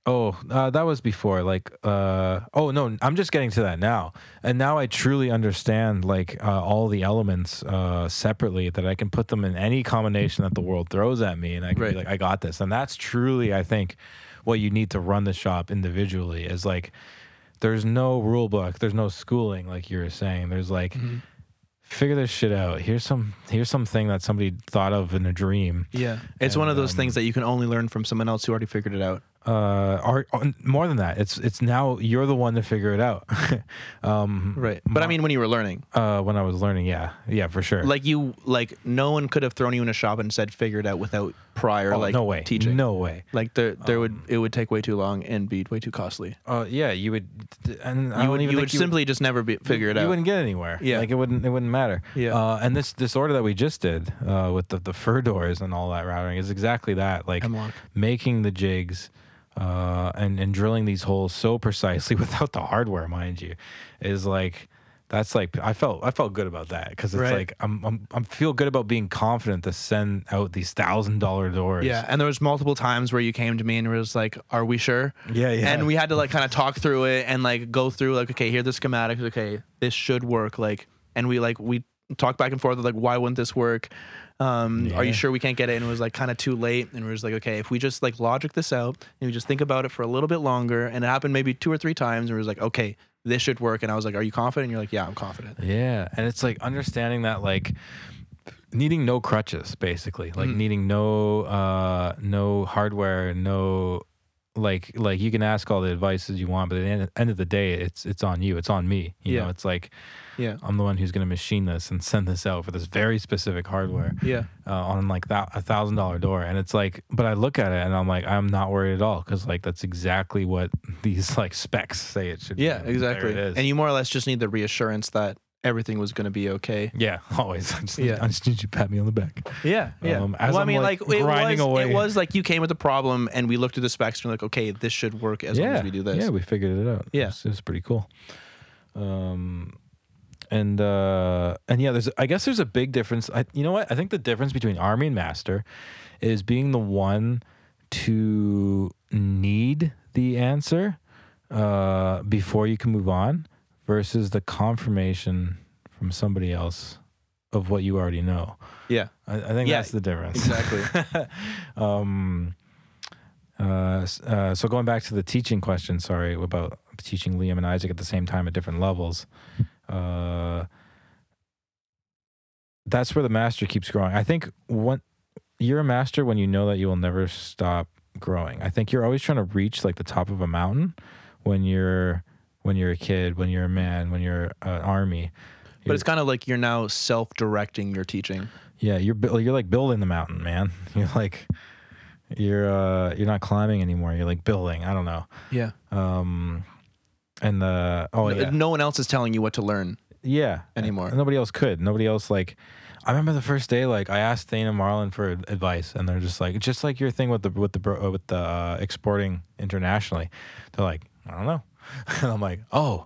[SPEAKER 2] oh, uh, that was before. Like, uh, oh no, I'm just getting to that now, and now I truly understand like uh, all the elements uh, separately that I can put them in any combination that the world throws at me, and I can
[SPEAKER 1] Right.
[SPEAKER 2] be like, I got this, and that's truly, I think, what you need to run the shop individually is like. There's no rule book. There's no schooling, like you were saying. There's like, figure this shit out. Here's some here's something that somebody thought of in a dream.
[SPEAKER 1] Yeah. It's one of those things um, that you can only learn from someone else who already figured it out.
[SPEAKER 2] Uh, or, or more than that, it's it's now you're the one to figure it out. um,
[SPEAKER 1] Right. But I mean when you were learning.
[SPEAKER 2] uh, when I was learning, yeah, yeah, for sure.
[SPEAKER 1] Like you like no one could have thrown you in a shop and said figure it out without prior
[SPEAKER 2] Oh,
[SPEAKER 1] like
[SPEAKER 2] no way,
[SPEAKER 1] teaching.
[SPEAKER 2] no way.
[SPEAKER 1] Like there there would it would take way too long and be way too costly.
[SPEAKER 2] Uh, yeah, you would, and I
[SPEAKER 1] You
[SPEAKER 2] don't
[SPEAKER 1] would,
[SPEAKER 2] even
[SPEAKER 1] you
[SPEAKER 2] think
[SPEAKER 1] would simply just never be, figure it
[SPEAKER 2] you
[SPEAKER 1] out.
[SPEAKER 2] wouldn't get anywhere.
[SPEAKER 1] Yeah.
[SPEAKER 2] like it wouldn't it wouldn't matter.
[SPEAKER 1] Yeah.
[SPEAKER 2] Uh, and this this order that we just did uh, with the the fur doors and all that routing is exactly that. Like
[SPEAKER 1] Hemlock.
[SPEAKER 2] making the jigs. Uh, and and drilling these holes so precisely without the hardware, mind you, is like that's like I felt I felt good about that because it's
[SPEAKER 1] Right.
[SPEAKER 2] like I'm I'm I'm feel good about being confident to send out these thousand dollar doors.
[SPEAKER 1] Yeah, and there was multiple times where you came to me and was like, "Are we sure?"
[SPEAKER 2] Yeah, yeah.
[SPEAKER 1] And we had to like kind of talk through it and like go through like, okay, here are the schematics. Okay, this should work. Like, and we like we talked back and forth like, why wouldn't this work? Um, Are
[SPEAKER 2] Yeah.
[SPEAKER 1] you sure we can't get it? And it was like kind of too late. And we was like, okay, if we just like logic this out and we just think about it for a little bit longer, and it happened maybe two or three times, and we was like, okay, this should work. And I was like, are you confident? And you're like, yeah, I'm confident.
[SPEAKER 2] Yeah, and it's like understanding that like needing no crutches basically, like
[SPEAKER 1] Mm.
[SPEAKER 2] needing no uh no hardware, no like like you can ask all the advices you want, but at the end, end of the day, it's it's on you, it's on me. You know,
[SPEAKER 1] Yeah.
[SPEAKER 2] it's like
[SPEAKER 1] Yeah,
[SPEAKER 2] I'm the one who's gonna machine this and send this out for this very specific hardware
[SPEAKER 1] yeah,
[SPEAKER 2] uh, on like that a thousand dollar door, and it's like, but I look at it and I'm like, I'm not worried at all because like that's exactly what these like specs say it should.
[SPEAKER 1] yeah,
[SPEAKER 2] be. and there
[SPEAKER 1] exactly.
[SPEAKER 2] it is.
[SPEAKER 1] And you more or less just need the reassurance that everything was going to be okay.
[SPEAKER 2] Yeah, always. I just,
[SPEAKER 1] Yeah.
[SPEAKER 2] I just need you to pat me on the back.
[SPEAKER 1] Yeah, yeah.
[SPEAKER 2] Um, as
[SPEAKER 1] well, I
[SPEAKER 2] I'm,
[SPEAKER 1] mean, like,
[SPEAKER 2] like,
[SPEAKER 1] it
[SPEAKER 2] grinding
[SPEAKER 1] was,
[SPEAKER 2] away.
[SPEAKER 1] it was like you came with a problem, and we looked at the specs and we're like, okay, this should work as long as we do this.
[SPEAKER 2] Yeah, we figured it out.
[SPEAKER 1] Yeah.
[SPEAKER 2] It was, it was pretty cool. Um, and uh, and yeah, there's I guess there's a big difference. I, you know what? I think the difference between army and master is being the one to need the answer uh, before you can move on, versus the confirmation from somebody else of what you already know.
[SPEAKER 1] yeah,
[SPEAKER 2] I, I think
[SPEAKER 1] Yeah,
[SPEAKER 2] that's the difference.
[SPEAKER 1] exactly.
[SPEAKER 2] um, uh, s- uh, so going back to the teaching question, sorry about teaching Liam and Isaac at the same time at different levels. Uh, that's where the master keeps growing. I think one, you're a master when you know that you will never stop growing. I think you're always trying to reach like the top of a mountain when you're when you're a kid, when you're a man, when you're an army.
[SPEAKER 1] but it's kind of like you're now self-directing your teaching.
[SPEAKER 2] Yeah, you're bu- you're like building the mountain, man. You're like you're uh you're not climbing anymore. You're like building. I don't know.
[SPEAKER 1] Yeah.
[SPEAKER 2] Um and the oh
[SPEAKER 1] no,
[SPEAKER 2] yeah.
[SPEAKER 1] no one else is telling you what to learn.
[SPEAKER 2] yeah.
[SPEAKER 1] Anymore.
[SPEAKER 2] Nobody else could. Nobody else like I remember the first day like I asked Thane and Marlon for ad- advice and they're just like just like your thing with the with the bro, uh, with the uh, exporting internationally. They're like, I don't know. and I'm like, "Oh,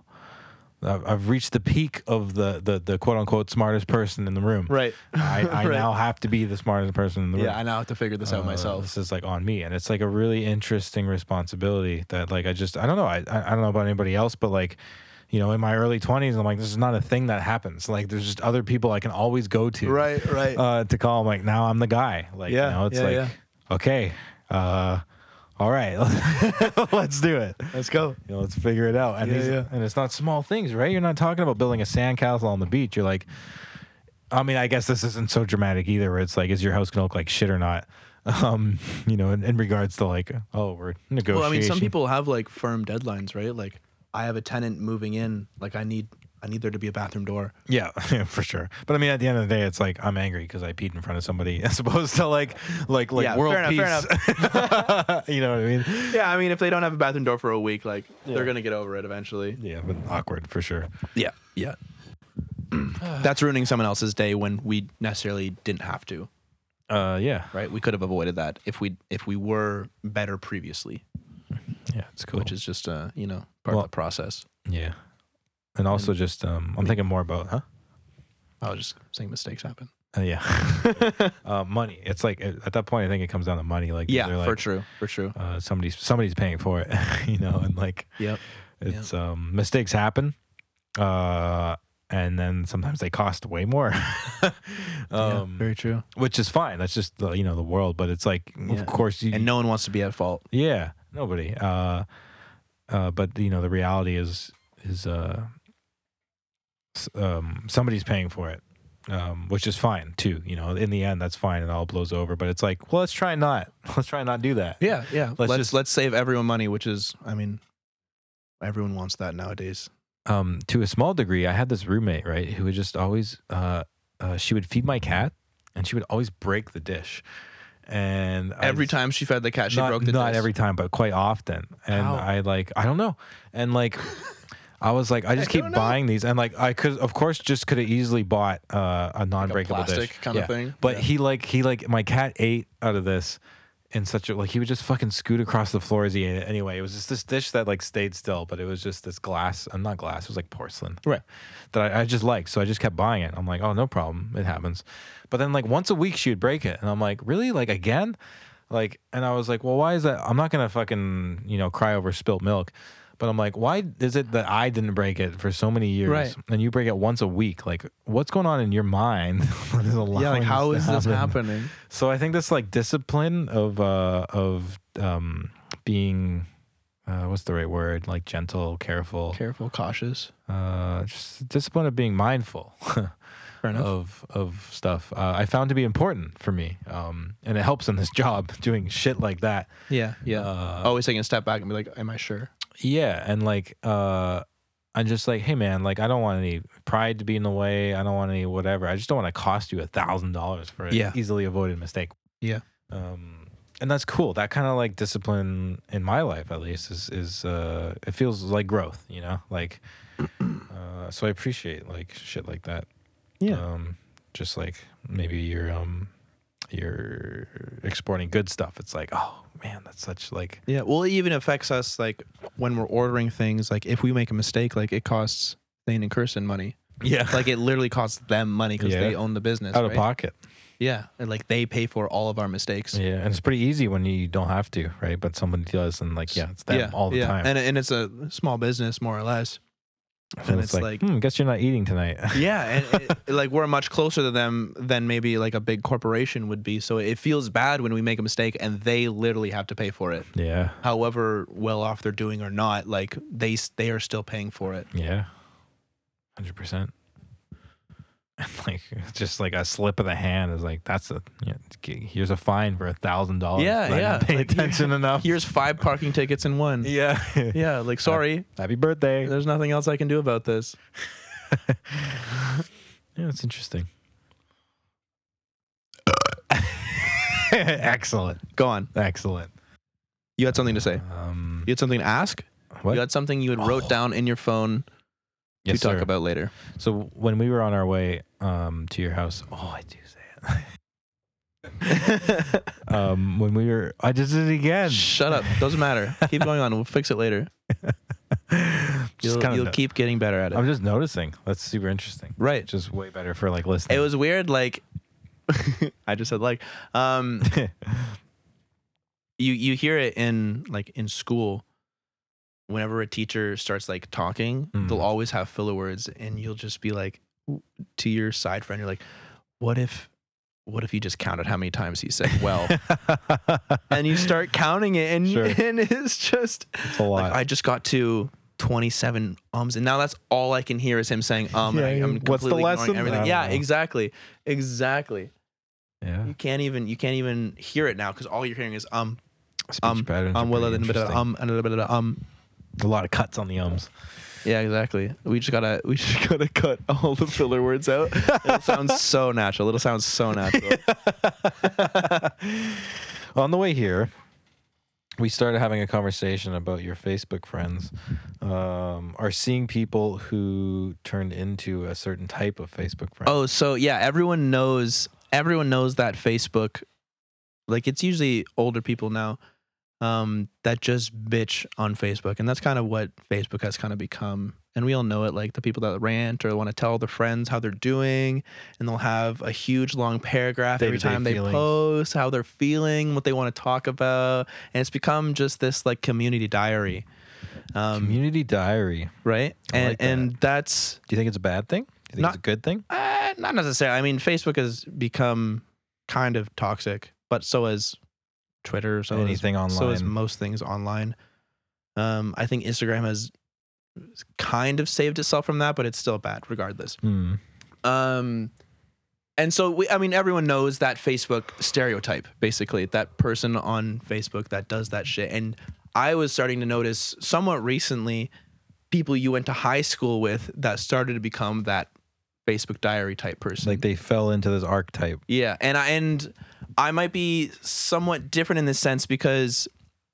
[SPEAKER 2] I've I've reached the peak of the, the, the quote unquote smartest person in the room.
[SPEAKER 1] Right.
[SPEAKER 2] I, I
[SPEAKER 1] Right.
[SPEAKER 2] now have to be the smartest person in the room.
[SPEAKER 1] Yeah, I now have to figure this out
[SPEAKER 2] uh,
[SPEAKER 1] myself.
[SPEAKER 2] This is like on me, and it's like a really interesting responsibility that like I just I don't know I I I don't know about anybody else, but like you know, in my early 20s, I'm like, this is not a thing that happens. Like, there's just other people I can always go to.
[SPEAKER 1] Right, right.
[SPEAKER 2] Uh, to call. I'm like, now I'm the guy. Like,
[SPEAKER 1] Yeah,
[SPEAKER 2] you know, it's
[SPEAKER 1] yeah,
[SPEAKER 2] like,
[SPEAKER 1] yeah.
[SPEAKER 2] okay, uh, all right, let's do it.
[SPEAKER 1] Let's go.
[SPEAKER 2] You know, let's figure it out. And,
[SPEAKER 1] Yeah,
[SPEAKER 2] these-
[SPEAKER 1] yeah.
[SPEAKER 2] and it's not small things, right? You're not talking about building a sandcastle on the beach. You're like, I mean, I guess this isn't so dramatic either. Where it's like, is your house gonna look like shit or not? Um, you know, in, in regards to like, oh, we're negotiating.
[SPEAKER 1] Well, I mean, some people have like firm deadlines, right? Like, I have a tenant moving in. Like, I need, I need there to be a bathroom door.
[SPEAKER 2] Yeah, yeah, for sure. But I mean, at the end of the day, it's like I'm angry because I peed in front of somebody, as opposed to like, like, like
[SPEAKER 1] Yeah,
[SPEAKER 2] world
[SPEAKER 1] fair enough,
[SPEAKER 2] peace.
[SPEAKER 1] fair
[SPEAKER 2] you know what I mean?
[SPEAKER 1] Yeah, I mean, if they don't have a bathroom door for a week, like
[SPEAKER 2] Yeah.
[SPEAKER 1] they're gonna get over it eventually.
[SPEAKER 2] Yeah, but awkward for sure.
[SPEAKER 1] Yeah, yeah. That's ruining someone else's day when we necessarily didn't have to,
[SPEAKER 2] Uh, yeah,
[SPEAKER 1] right? We could have avoided that if we if we were better previously,
[SPEAKER 2] yeah, it's cool.
[SPEAKER 1] which is just uh you know part
[SPEAKER 2] Well-
[SPEAKER 1] of the process.
[SPEAKER 2] yeah, and also just um, I'm thinking more about huh?
[SPEAKER 1] I was just saying mistakes happen.
[SPEAKER 2] Uh, yeah, uh, money. It's like at at that point, I think it comes down to money. Like,
[SPEAKER 1] Yeah,
[SPEAKER 2] they're like,
[SPEAKER 1] for true, for true.
[SPEAKER 2] Uh, somebody's somebody's paying for it, you know, and like
[SPEAKER 1] Yep.
[SPEAKER 2] it's um mistakes happen uh and then sometimes they cost way more um
[SPEAKER 1] very true.
[SPEAKER 2] which is fine that's just the you know the world but it's like
[SPEAKER 1] Yeah.
[SPEAKER 2] of course you
[SPEAKER 1] And no one wants to be at fault.
[SPEAKER 2] yeah nobody uh uh but you know the reality is is uh s- um somebody's paying for it um which is fine too you know in the end that's fine it all blows over but it's like well let's try not let's try not do that
[SPEAKER 1] Yeah, yeah.
[SPEAKER 2] Let's
[SPEAKER 1] Let's let's,
[SPEAKER 2] just-
[SPEAKER 1] save everyone money, which is, I mean, everyone wants that nowadays.
[SPEAKER 2] um, to a small degree, I had this roommate, right, who would just always, uh, uh, she would feed my cat and she would always break the dish. And I
[SPEAKER 1] every
[SPEAKER 2] just-
[SPEAKER 1] time she fed the cat, she
[SPEAKER 2] not,
[SPEAKER 1] broke the
[SPEAKER 2] Not
[SPEAKER 1] dish.
[SPEAKER 2] every time, but quite often. And
[SPEAKER 1] How?
[SPEAKER 2] I like, I don't know. And like, I was like, I just
[SPEAKER 1] I
[SPEAKER 2] keep
[SPEAKER 1] don't know.
[SPEAKER 2] buying these. And like, I could, of course, just could have easily bought uh, a non breakable
[SPEAKER 1] plastic
[SPEAKER 2] dish.
[SPEAKER 1] kind of thing?
[SPEAKER 2] But
[SPEAKER 1] Yeah.
[SPEAKER 2] he like, he like, my cat ate out of this. In such a like, he would just fucking scoot across the floor as he ate it. Anyway, it was just this dish that like stayed still, but it was just this glass. I'm not glass. It was like porcelain
[SPEAKER 1] Right.
[SPEAKER 2] that I, I just liked. So I just kept buying it. I'm like, oh, no problem. It happens. But then, like, once a week, she would break it. And I'm like, really? Like, again? Like, and I was like, well, why is that? I'm not going to fucking, you know, cry over spilt milk. But I'm like, why is it that I didn't break it for so many years
[SPEAKER 1] Right.
[SPEAKER 2] and you break it once a week? Like, what's going on in your mind? that is
[SPEAKER 1] Yeah,
[SPEAKER 2] allowing
[SPEAKER 1] like how
[SPEAKER 2] to
[SPEAKER 1] is this happening?
[SPEAKER 2] so I think this like discipline of uh of um being uh what's the right word? Like gentle, careful.
[SPEAKER 1] Careful, cautious.
[SPEAKER 2] Uh just discipline of being mindful.
[SPEAKER 1] Fair enough.
[SPEAKER 2] of of stuff uh, I found to be important for me, um, and it helps in this job doing shit like that.
[SPEAKER 1] yeah, yeah.
[SPEAKER 2] Uh,
[SPEAKER 1] Always taking a step back and be like, am I sure?
[SPEAKER 2] Yeah, and like uh, I'm just like, hey man, like I don't want any pride to be in the way. I don't want any whatever. I just don't want to cost you a thousand dollars for an
[SPEAKER 1] Yeah.
[SPEAKER 2] easily avoided mistake.
[SPEAKER 1] Yeah.
[SPEAKER 2] Um, and that's cool. That kind of like discipline in my life, at least, is is uh, it feels like growth. You know, like uh, so I appreciate like shit like that. Um, just like maybe you're um, you're exporting good stuff. It's like, oh man, that's such like
[SPEAKER 1] Yeah. Well, it even affects us like when we're ordering things. Like if we make a mistake, like it costs Thane and Kirsten money.
[SPEAKER 2] yeah,
[SPEAKER 1] Like it literally costs them money because
[SPEAKER 2] Yeah.
[SPEAKER 1] they own the business.
[SPEAKER 2] out of
[SPEAKER 1] right?
[SPEAKER 2] pocket.
[SPEAKER 1] Yeah. And like they pay for all of our mistakes.
[SPEAKER 2] Yeah, and it's pretty easy when you don't have to, right? But somebody does, and like, yeah, it's them all the
[SPEAKER 1] yeah.
[SPEAKER 2] time.
[SPEAKER 1] And, and it's a small business, more or less.
[SPEAKER 2] So
[SPEAKER 1] and
[SPEAKER 2] it's,
[SPEAKER 1] it's
[SPEAKER 2] like,
[SPEAKER 1] like-
[SPEAKER 2] hmm, guess you're not eating tonight.
[SPEAKER 1] Yeah. And it, like we're much closer to them than maybe like a big corporation would be. So it feels bad when we make a mistake and they literally have to pay for it.
[SPEAKER 2] yeah,
[SPEAKER 1] However well off they're doing or not, like they s- they are still paying for it.
[SPEAKER 2] yeah, hundred percent. And like, it's just like a slip of the hand is like that's a yeah, here's a fine for a thousand dollars.
[SPEAKER 1] Yeah,
[SPEAKER 2] for I
[SPEAKER 1] yeah.
[SPEAKER 2] didn't Pay
[SPEAKER 1] Like,
[SPEAKER 2] attention enough.
[SPEAKER 1] Here's five parking tickets in one.
[SPEAKER 2] Yeah, Uh,
[SPEAKER 1] Yeah, like sorry,
[SPEAKER 2] Happy birthday.
[SPEAKER 1] there's nothing else I can do about this.
[SPEAKER 2] Yeah, it's interesting. excellent,
[SPEAKER 1] Go on.
[SPEAKER 2] excellent.
[SPEAKER 1] You had something to say.
[SPEAKER 2] Um,
[SPEAKER 1] You had something to ask.
[SPEAKER 2] what?
[SPEAKER 1] You had something you had wrote
[SPEAKER 2] Oh.
[SPEAKER 1] down in your phone
[SPEAKER 2] Yes,
[SPEAKER 1] to talk
[SPEAKER 2] sir.
[SPEAKER 1] about later.
[SPEAKER 2] So when we were on our way um, to your house, oh, I do say it. um, when we were, I just did it again.
[SPEAKER 1] Shut up. Doesn't matter. Keep going on. We'll fix it later.
[SPEAKER 2] Just
[SPEAKER 1] You'll,
[SPEAKER 2] kinda
[SPEAKER 1] you'll
[SPEAKER 2] no-
[SPEAKER 1] keep getting better at it.
[SPEAKER 2] I'm just noticing. That's super interesting.
[SPEAKER 1] right.
[SPEAKER 2] Just way better for like listening.
[SPEAKER 1] It was weird. Like I just said, like um, you you hear it in like in school whenever a teacher starts like talking,
[SPEAKER 2] Mm.
[SPEAKER 1] they'll always have filler words, and you'll just be like w- to your side friend, you're like, "What if, what if you just counted how many times he said well?" and you start counting it, and
[SPEAKER 2] Sure.
[SPEAKER 1] and it's just
[SPEAKER 2] it's a lot.
[SPEAKER 1] like I just got to. 27 ums and now that's all I can hear is him saying um and I,
[SPEAKER 2] Yeah,
[SPEAKER 1] am
[SPEAKER 2] what's the
[SPEAKER 1] completely
[SPEAKER 2] lesson?
[SPEAKER 1] ignoring everything.
[SPEAKER 2] I
[SPEAKER 1] Yeah,
[SPEAKER 2] don't know.
[SPEAKER 1] exactly. Exactly.
[SPEAKER 2] yeah.
[SPEAKER 1] You can't even you can't even hear it now cuz all you're hearing is um
[SPEAKER 2] Speech
[SPEAKER 1] um
[SPEAKER 2] patterns are
[SPEAKER 1] um well
[SPEAKER 2] pretty
[SPEAKER 1] and a bit of
[SPEAKER 2] interesting.
[SPEAKER 1] um and a bit of um
[SPEAKER 2] a lot of cuts on the ums.
[SPEAKER 1] Yeah, exactly. We just gotta we just gotta cut all the filler words out. It sounds so natural. It'll sound so natural.
[SPEAKER 2] On the way here, we started having a conversation about your Facebook friends um, are seeing people who turned into a certain type of Facebook friend.
[SPEAKER 1] Oh, so yeah, everyone knows everyone knows that Facebook like it's usually older people now um that just bitch on Facebook and that's kind of what Facebook has kind of become. And we all know it like the people that rant or want to tell their friends how they're doing and they'll have a huge long paragraph every
[SPEAKER 2] Day-to-day
[SPEAKER 1] time they
[SPEAKER 2] feelings.
[SPEAKER 1] post how they're feeling, what they want to talk about, and it's become just this like community diary. Um,
[SPEAKER 2] Community diary.
[SPEAKER 1] right?
[SPEAKER 2] I
[SPEAKER 1] And
[SPEAKER 2] like that.
[SPEAKER 1] and that's
[SPEAKER 2] Do you think it's a bad thing? Do you think
[SPEAKER 1] Not-
[SPEAKER 2] it's a good thing?
[SPEAKER 1] uh, not necessarily. I mean, Facebook has become kind of toxic, but so has Twitter. So is,
[SPEAKER 2] Anything online.
[SPEAKER 1] so is most things online. Um, I think Instagram has kind of saved itself from that, but it's still bad regardless.
[SPEAKER 2] Hmm.
[SPEAKER 1] Um, and so we, I mean, everyone knows that Facebook stereotype, basically that person on Facebook that does that shit. And I was starting to notice somewhat recently people you went to high school with that started to become that Facebook diary type
[SPEAKER 2] It's
[SPEAKER 1] person.
[SPEAKER 2] like they fell into this archetype.
[SPEAKER 1] Yeah, and I and I might be somewhat different in this sense because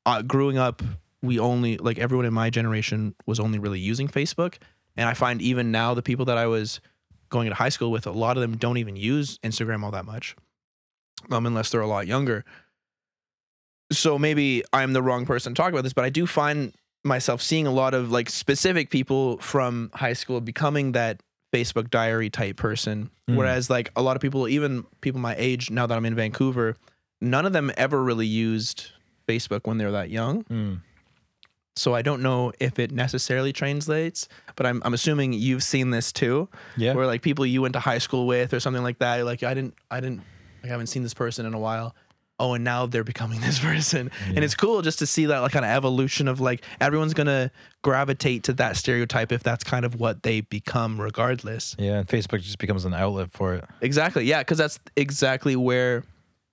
[SPEAKER 1] uh, growing up, we only like everyone in my generation was only really using Facebook, and I find even now the people that I was going to high school with, a lot of them don't even use Instagram all that much, um, unless they're a lot younger. So maybe I'm the wrong person to talk about this, but I do find myself seeing a lot of like specific people from high school becoming that Facebook diary type person.
[SPEAKER 2] Mm.
[SPEAKER 1] Whereas like a lot of people, even people my age, now that I'm in Vancouver, none of them ever really used Facebook when they were that young.
[SPEAKER 2] Hmm.
[SPEAKER 1] So I don't know if it necessarily translates, but I'm I'm assuming you've seen this too,
[SPEAKER 2] Yeah.
[SPEAKER 1] where like people you went to high school with or something like that. Like I didn't I didn't like I haven't seen this person in a while. Oh, and now they're becoming this person,
[SPEAKER 2] Yeah.
[SPEAKER 1] and it's cool just to see that like kind of evolution of like everyone's gonna gravitate to that stereotype if that's kind of what they become, regardless.
[SPEAKER 2] yeah. And Facebook just becomes an outlet for it.
[SPEAKER 1] Exactly. Yeah, because that's exactly where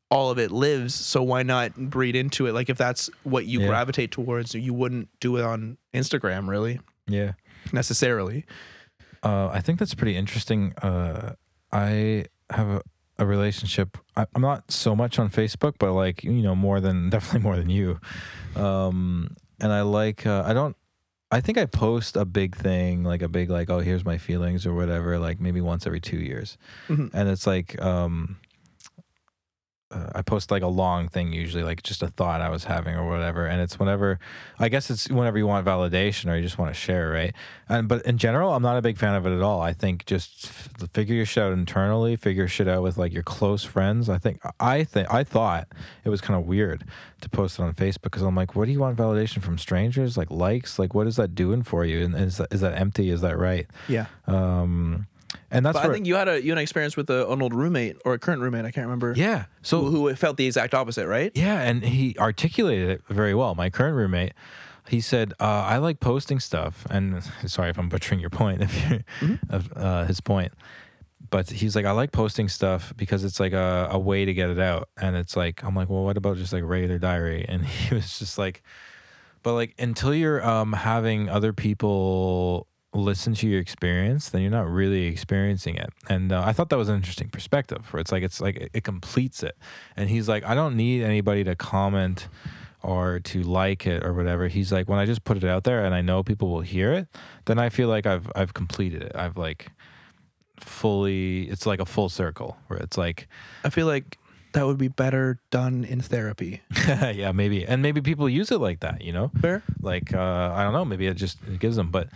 [SPEAKER 1] all of it lives. So why not breed into it? Like if that's what you
[SPEAKER 2] Yeah.
[SPEAKER 1] gravitate towards, you wouldn't do it on Instagram, really,
[SPEAKER 2] Yeah.
[SPEAKER 1] necessarily.
[SPEAKER 2] Uh, I think that's pretty interesting. Uh, I have a, a relationship. I, I'm not so much on Facebook, but like you know, more than definitely more than you. Um, and I like. Uh, I don't. I think I post a big thing, like a big like, oh, here's my feelings or whatever, like maybe once every two years,
[SPEAKER 1] Mhm.
[SPEAKER 2] and it's like. Um, uh, I post like a long thing usually, like just a thought I was having or whatever, and it's whenever, I guess it's whenever you want validation or you just want to share, right? And but in general, I'm not a big fan of it at all. I think just f- figure your shit out internally, figure your shit out with like your close friends. I think I think I thought it was kind of weird to post it on Facebook because I'm like, what do you want validation from strangers? Like likes? Like what is that doing for you? And is that, is that empty? Is that right?
[SPEAKER 1] Yeah.
[SPEAKER 2] Um, and that's
[SPEAKER 1] But
[SPEAKER 2] where,
[SPEAKER 1] I think you had a you had an experience with a, an old roommate or a current roommate. I can't remember.
[SPEAKER 2] yeah. So
[SPEAKER 1] Who, who felt the exact opposite, right?
[SPEAKER 2] Yeah, and he articulated it very well. My current roommate, he said, uh, "I like posting stuff." And sorry if I'm butchering your point, if you of uh, his point, but he's like, "I like posting stuff because it's like a, a way to get it out." And it's like, I'm like, "Well, what about just like regular diary?" And he was just like, "But like until you're um, having other people." listen to your experience then you're not really experiencing it and uh, i thought that was an interesting perspective where it's like it's like it, it completes it and he's like i don't need anybody to comment or to like it or whatever he's like when i just put it out there and i know people will hear it then i feel like i've i've completed it i've like fully it's like a full circle where it's like
[SPEAKER 1] I feel like that would be better done in therapy.
[SPEAKER 2] yeah maybe and maybe people use it like that you know
[SPEAKER 1] Fair.
[SPEAKER 2] like uh, I don't know, maybe it just it gives them. But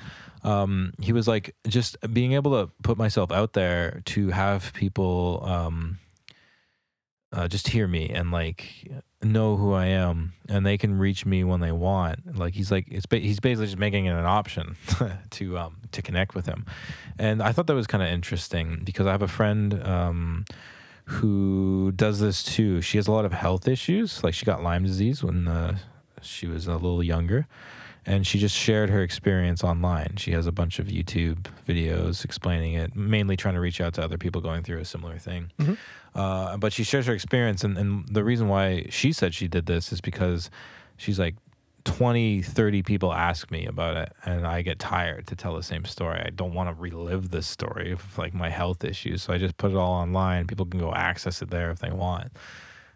[SPEAKER 2] um, he was like just being able to put myself out there to have people um, uh, just hear me and like know who I am and they can reach me when they want. Like he's like it's ba- he's basically just making it an option to um to connect with him. And I thought that was kind of interesting because I have a friend um who does this too. She has a lot of health issues. Like she got Lyme disease when uh, she was a little younger. And she just shared her experience online. She has a bunch of YouTube videos explaining it, mainly trying to reach out to other people going through a similar
[SPEAKER 1] Hmm.
[SPEAKER 2] thing. Uh, but she shares her experience. And, and the reason why she said she did this is because she's like, 20, 30 people ask me about it, and I get tired to tell the same story. I don't want to relive this story of like my health issues. So I just put it all online. People can go access it there if they want.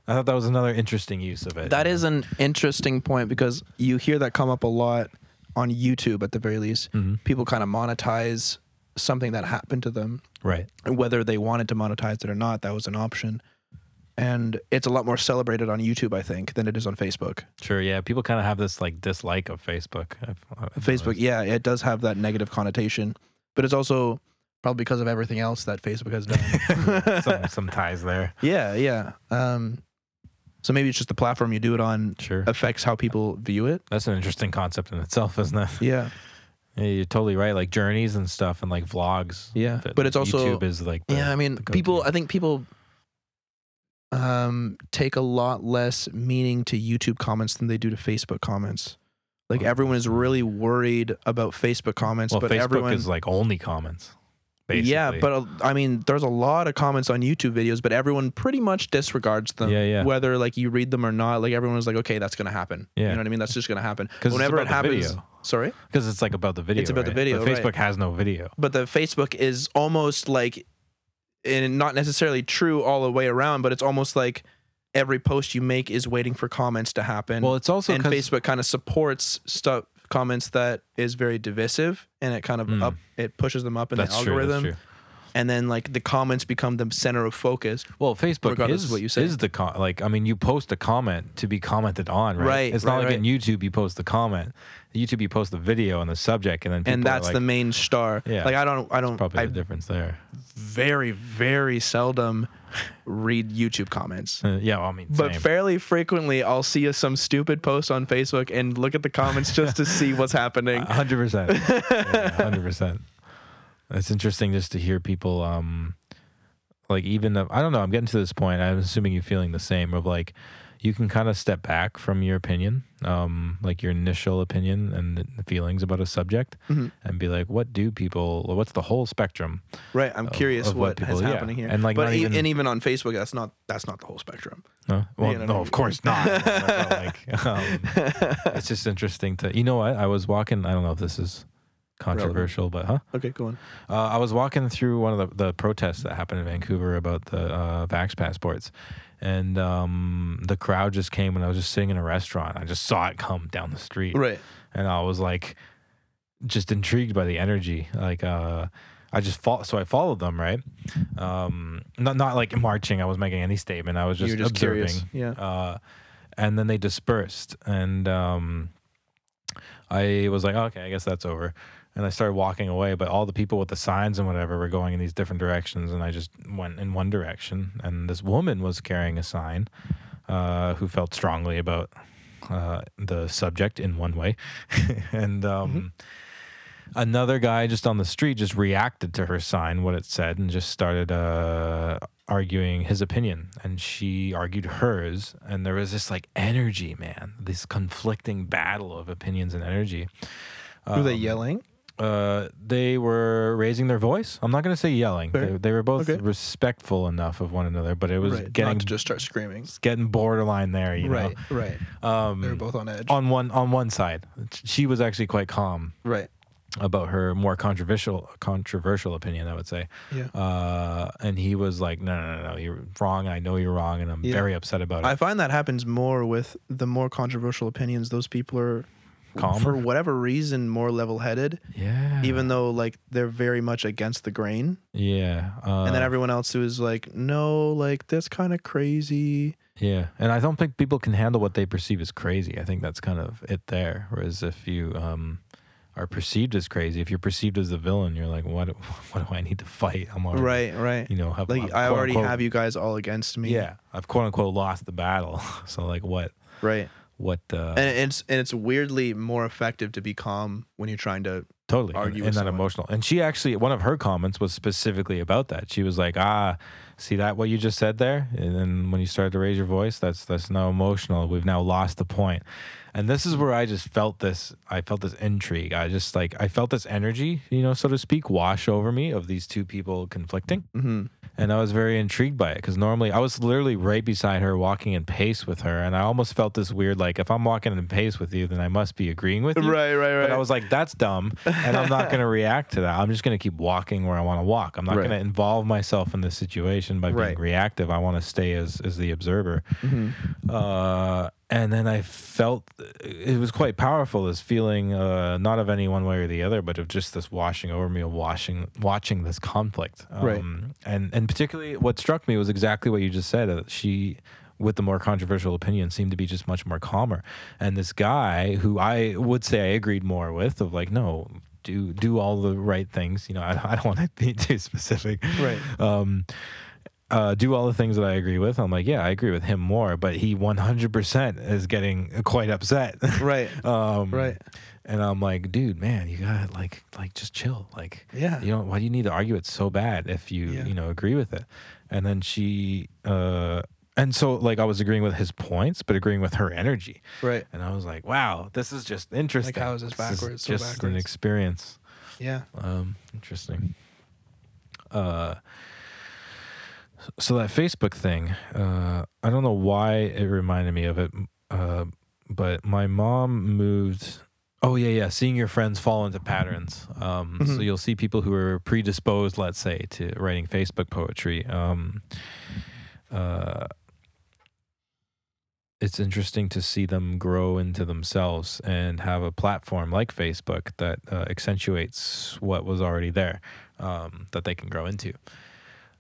[SPEAKER 2] I thought that was another interesting use of it.
[SPEAKER 1] That
[SPEAKER 2] you
[SPEAKER 1] is an interesting point because you hear that come up a lot on YouTube at the very least.
[SPEAKER 2] Mm-hmm.
[SPEAKER 1] People kind of monetize something that happened to them.
[SPEAKER 2] know? right.
[SPEAKER 1] And whether they wanted to monetize it or not, that was an option. And it's a lot more celebrated on YouTube, I think, than it is on Facebook.
[SPEAKER 2] Sure. Yeah. People kind of have this like dislike of Facebook. I've- I've
[SPEAKER 1] Facebook,
[SPEAKER 2] noticed.
[SPEAKER 1] yeah, it does have that negative connotation, but it's also probably because of everything else that Facebook has done.
[SPEAKER 2] some, some ties there.
[SPEAKER 1] yeah, yeah. Um, so maybe it's just the platform you do it on
[SPEAKER 2] Sure.
[SPEAKER 1] affects how people view it.
[SPEAKER 2] That's an interesting concept in itself, isn't it?
[SPEAKER 1] Yeah,
[SPEAKER 2] Yeah, you're totally right. Like journeys and stuff, and like vlogs.
[SPEAKER 1] yeah.
[SPEAKER 2] That,
[SPEAKER 1] But it's
[SPEAKER 2] like,
[SPEAKER 1] also
[SPEAKER 2] YouTube is like the-
[SPEAKER 1] yeah. I mean,
[SPEAKER 2] the go-to.
[SPEAKER 1] people. I think people um take a lot less meaning to YouTube comments than they do to Facebook comments. Like
[SPEAKER 2] Oh,
[SPEAKER 1] everyone is really worried about Facebook comments,
[SPEAKER 2] well,
[SPEAKER 1] but
[SPEAKER 2] Facebook
[SPEAKER 1] everyone
[SPEAKER 2] is like only comments. Basically.
[SPEAKER 1] Yeah, but uh, I mean, there's a lot of comments on YouTube videos, but everyone pretty much disregards them.
[SPEAKER 2] Yeah, yeah.
[SPEAKER 1] Whether like you read them or not, like everyone's like, okay, that's gonna happen. You
[SPEAKER 2] Yeah.
[SPEAKER 1] know what I mean? That's just gonna happen.
[SPEAKER 2] 'Cause it's
[SPEAKER 1] Whenever it
[SPEAKER 2] about the
[SPEAKER 1] happens,
[SPEAKER 2] video.
[SPEAKER 1] sorry,
[SPEAKER 2] because it's like about the video.
[SPEAKER 1] It's about the
[SPEAKER 2] right?
[SPEAKER 1] video,
[SPEAKER 2] But
[SPEAKER 1] right.
[SPEAKER 2] Facebook has no video.
[SPEAKER 1] but the Facebook is almost like, and not necessarily true all the way around, but it's almost like every post you make is waiting for comments to happen.
[SPEAKER 2] Well, it's also
[SPEAKER 1] and
[SPEAKER 2] 'cause-
[SPEAKER 1] Facebook kind of supports stuff comments that is very divisive, and it kind of
[SPEAKER 2] Mm.
[SPEAKER 1] up it pushes them up in
[SPEAKER 2] that's
[SPEAKER 1] the
[SPEAKER 2] true, that's
[SPEAKER 1] algorithm,
[SPEAKER 2] true.
[SPEAKER 1] and then like the comments become the center of focus.
[SPEAKER 2] Well, Facebook
[SPEAKER 1] Regardless
[SPEAKER 2] is
[SPEAKER 1] of what you say.
[SPEAKER 2] is the com- like I mean, you post a comment to be commented on, right?
[SPEAKER 1] Right,
[SPEAKER 2] It's not
[SPEAKER 1] right,
[SPEAKER 2] like in YouTube you post the comment. YouTube you post the video and the subject, and then people
[SPEAKER 1] and
[SPEAKER 2] are
[SPEAKER 1] that's
[SPEAKER 2] like,
[SPEAKER 1] the main star.
[SPEAKER 2] Yeah.
[SPEAKER 1] Like I don't, I don't,
[SPEAKER 2] probably
[SPEAKER 1] I
[SPEAKER 2] the difference there.
[SPEAKER 1] very, very seldom read YouTube comments.
[SPEAKER 2] Uh, yeah, well, I mean,
[SPEAKER 1] But
[SPEAKER 2] same.
[SPEAKER 1] fairly frequently, I'll see some stupid post on Facebook and look at the comments just to see what's happening.
[SPEAKER 2] A hundred percent, Yeah, a hundred percent. It's interesting just to hear people, um, like even if- I don't know. I'm getting to this point. I'm assuming you're feeling the same. Of like, you can kind of step back from your opinion, um, like your initial opinion and the feelings about a subject, and be like, what do people? What's the whole spectrum?
[SPEAKER 1] Right? I'm curious
[SPEAKER 2] of
[SPEAKER 1] what,
[SPEAKER 2] what
[SPEAKER 1] is
[SPEAKER 2] people- yeah.
[SPEAKER 1] happening here.
[SPEAKER 2] And, like,
[SPEAKER 1] but
[SPEAKER 2] not
[SPEAKER 1] e-
[SPEAKER 2] even-
[SPEAKER 1] and even on Facebook, that's not that's not the whole spectrum.
[SPEAKER 2] No, well,
[SPEAKER 1] You know,
[SPEAKER 2] no,
[SPEAKER 1] no,
[SPEAKER 2] of course not. Like, um, it's just interesting to you know what I was walking. I don't know if this is controversial, but huh.
[SPEAKER 1] Okay, go on.
[SPEAKER 2] Uh, I was walking through one of the, the protests that happened in Vancouver about the uh, vax passports, and um, the crowd just came. And I was just sitting in a restaurant. I just saw it come down the street,
[SPEAKER 1] Right.
[SPEAKER 2] and I was like, just intrigued by the energy. Like, uh, I just fought, so I followed them, right? Um, not not like marching. I was making any statement. I was just,
[SPEAKER 1] You're just
[SPEAKER 2] observing.
[SPEAKER 1] curious. Yeah.
[SPEAKER 2] Uh, and then they dispersed, and um, I was like, okay, I guess that's over. And I started walking away, but all the people with the signs and whatever were going in these different directions, and I just went in one direction. And this woman was carrying a sign, uh, who felt strongly about uh, the subject in one way, and
[SPEAKER 1] Mm-hmm.
[SPEAKER 2] um, another guy just on the street just reacted to her sign, what it said, and just started uh, arguing his opinion. And she argued hers, and there was this like energy, man, this conflicting battle of opinions and energy.
[SPEAKER 1] Were
[SPEAKER 2] um,
[SPEAKER 1] they yelling?
[SPEAKER 2] Uh, they were raising their voice. I'm not going to say yelling.
[SPEAKER 1] Fair.
[SPEAKER 2] They, they were both
[SPEAKER 1] Okay.
[SPEAKER 2] respectful enough of one another, but it was
[SPEAKER 1] Right.
[SPEAKER 2] getting
[SPEAKER 1] not to just start screaming.
[SPEAKER 2] getting borderline there. You
[SPEAKER 1] Right. Right.
[SPEAKER 2] know, um,
[SPEAKER 1] they were both on edge.
[SPEAKER 2] on one on one side, she was actually quite calm
[SPEAKER 1] right.
[SPEAKER 2] about her more controversial controversial opinion, I would say.
[SPEAKER 1] Yeah.
[SPEAKER 2] Uh, and he was like, "No, no, no, no, you're wrong. I know you're wrong, and I'm
[SPEAKER 1] Yeah.
[SPEAKER 2] very upset about it."
[SPEAKER 1] I find that happens more with the more controversial opinions. Those people are,
[SPEAKER 2] Calmer?
[SPEAKER 1] for whatever reason, more level-headed,
[SPEAKER 2] yeah,
[SPEAKER 1] even though like they're very much against the grain.
[SPEAKER 2] yeah, uh,
[SPEAKER 1] and then everyone else who is like, no, like that's kind of crazy.
[SPEAKER 2] yeah. And I don't think people can handle what they perceive as crazy. I think that's kind of it there. Whereas if you, um, are perceived as crazy. If you're perceived as the villain, you're like, what? What do I need to fight? I'm already,
[SPEAKER 1] Right, right.
[SPEAKER 2] You know, have,
[SPEAKER 1] like
[SPEAKER 2] I've
[SPEAKER 1] I
[SPEAKER 2] quote
[SPEAKER 1] already
[SPEAKER 2] unquote-
[SPEAKER 1] have you guys all against me.
[SPEAKER 2] Yeah, I've quote unquote lost the battle. so like, what?
[SPEAKER 1] Right.
[SPEAKER 2] What? Uh,
[SPEAKER 1] And it's and it's weirdly more effective to be calm when you're trying to
[SPEAKER 2] totally and,
[SPEAKER 1] argue
[SPEAKER 2] and
[SPEAKER 1] with
[SPEAKER 2] then
[SPEAKER 1] someone.
[SPEAKER 2] emotional and she actually one of her comments was specifically about that she was like ah see that what you just said there and then when you started to raise your voice that's that's now emotional we've now lost the point and this is where i just felt this i felt this intrigue i just like i felt this energy you know so to speak wash over me of these two people conflicting
[SPEAKER 1] hmm
[SPEAKER 2] and I was very intrigued by it because normally I was literally right beside her, walking in pace with her, and I almost felt this weird like if I'm walking in pace with you, then I must be agreeing with you.
[SPEAKER 1] Right, right,
[SPEAKER 2] But I
[SPEAKER 1] right.
[SPEAKER 2] was like, that's dumb, and I'm not going to react to that. I'm just going to keep walking where I want to walk. I'm not
[SPEAKER 1] Right.
[SPEAKER 2] going to involve myself in this situation by being
[SPEAKER 1] Right.
[SPEAKER 2] reactive. I want to stay as as the observer.
[SPEAKER 1] Mm-hmm.
[SPEAKER 2] Uh, and then I felt it was quite powerful. This feeling, uh, not of any one way or the other, but of just this washing over me, of washing, watching this conflict. Um,
[SPEAKER 1] Right.
[SPEAKER 2] And and particularly, what struck me was exactly what you just said. That she, with the more controversial opinion, seemed to be just much more calmer. And this guy, who I would say I agreed more with, of like, no, do do all the right things. You know, I, I don't want to be too specific
[SPEAKER 1] Right.
[SPEAKER 2] um, uh, do all the things that I agree with. I'm like, yeah, I agree with him more, but he 100% is getting quite upset.
[SPEAKER 1] Right.
[SPEAKER 2] um,
[SPEAKER 1] Right.
[SPEAKER 2] And I'm like, dude, man, you got like, like just chill. Like,
[SPEAKER 1] Yeah.
[SPEAKER 2] you know, why do you need to argue it so bad if you,
[SPEAKER 1] Yeah.
[SPEAKER 2] you know, agree with it? And then she, uh, and so like I was agreeing with his points, but agreeing with her energy.
[SPEAKER 1] Right.
[SPEAKER 2] And I was like, wow, this is just interesting.
[SPEAKER 1] how is this backwards? So
[SPEAKER 2] just an
[SPEAKER 1] backwards.
[SPEAKER 2] experience.
[SPEAKER 1] Yeah.
[SPEAKER 2] Um, interesting. Uh, so that Facebook thing, uh, I don't know why it reminded me of it, uh, but my mom moved. Oh yeah, yeah. Seeing your friends fall into patterns. Um, So
[SPEAKER 1] Mhm.
[SPEAKER 2] you'll see people who are predisposed, let's say, to writing Facebook poetry. Um, uh, it's interesting to see them grow into themselves and have a platform like Facebook that uh, accentuates what was already there um, that they can grow into.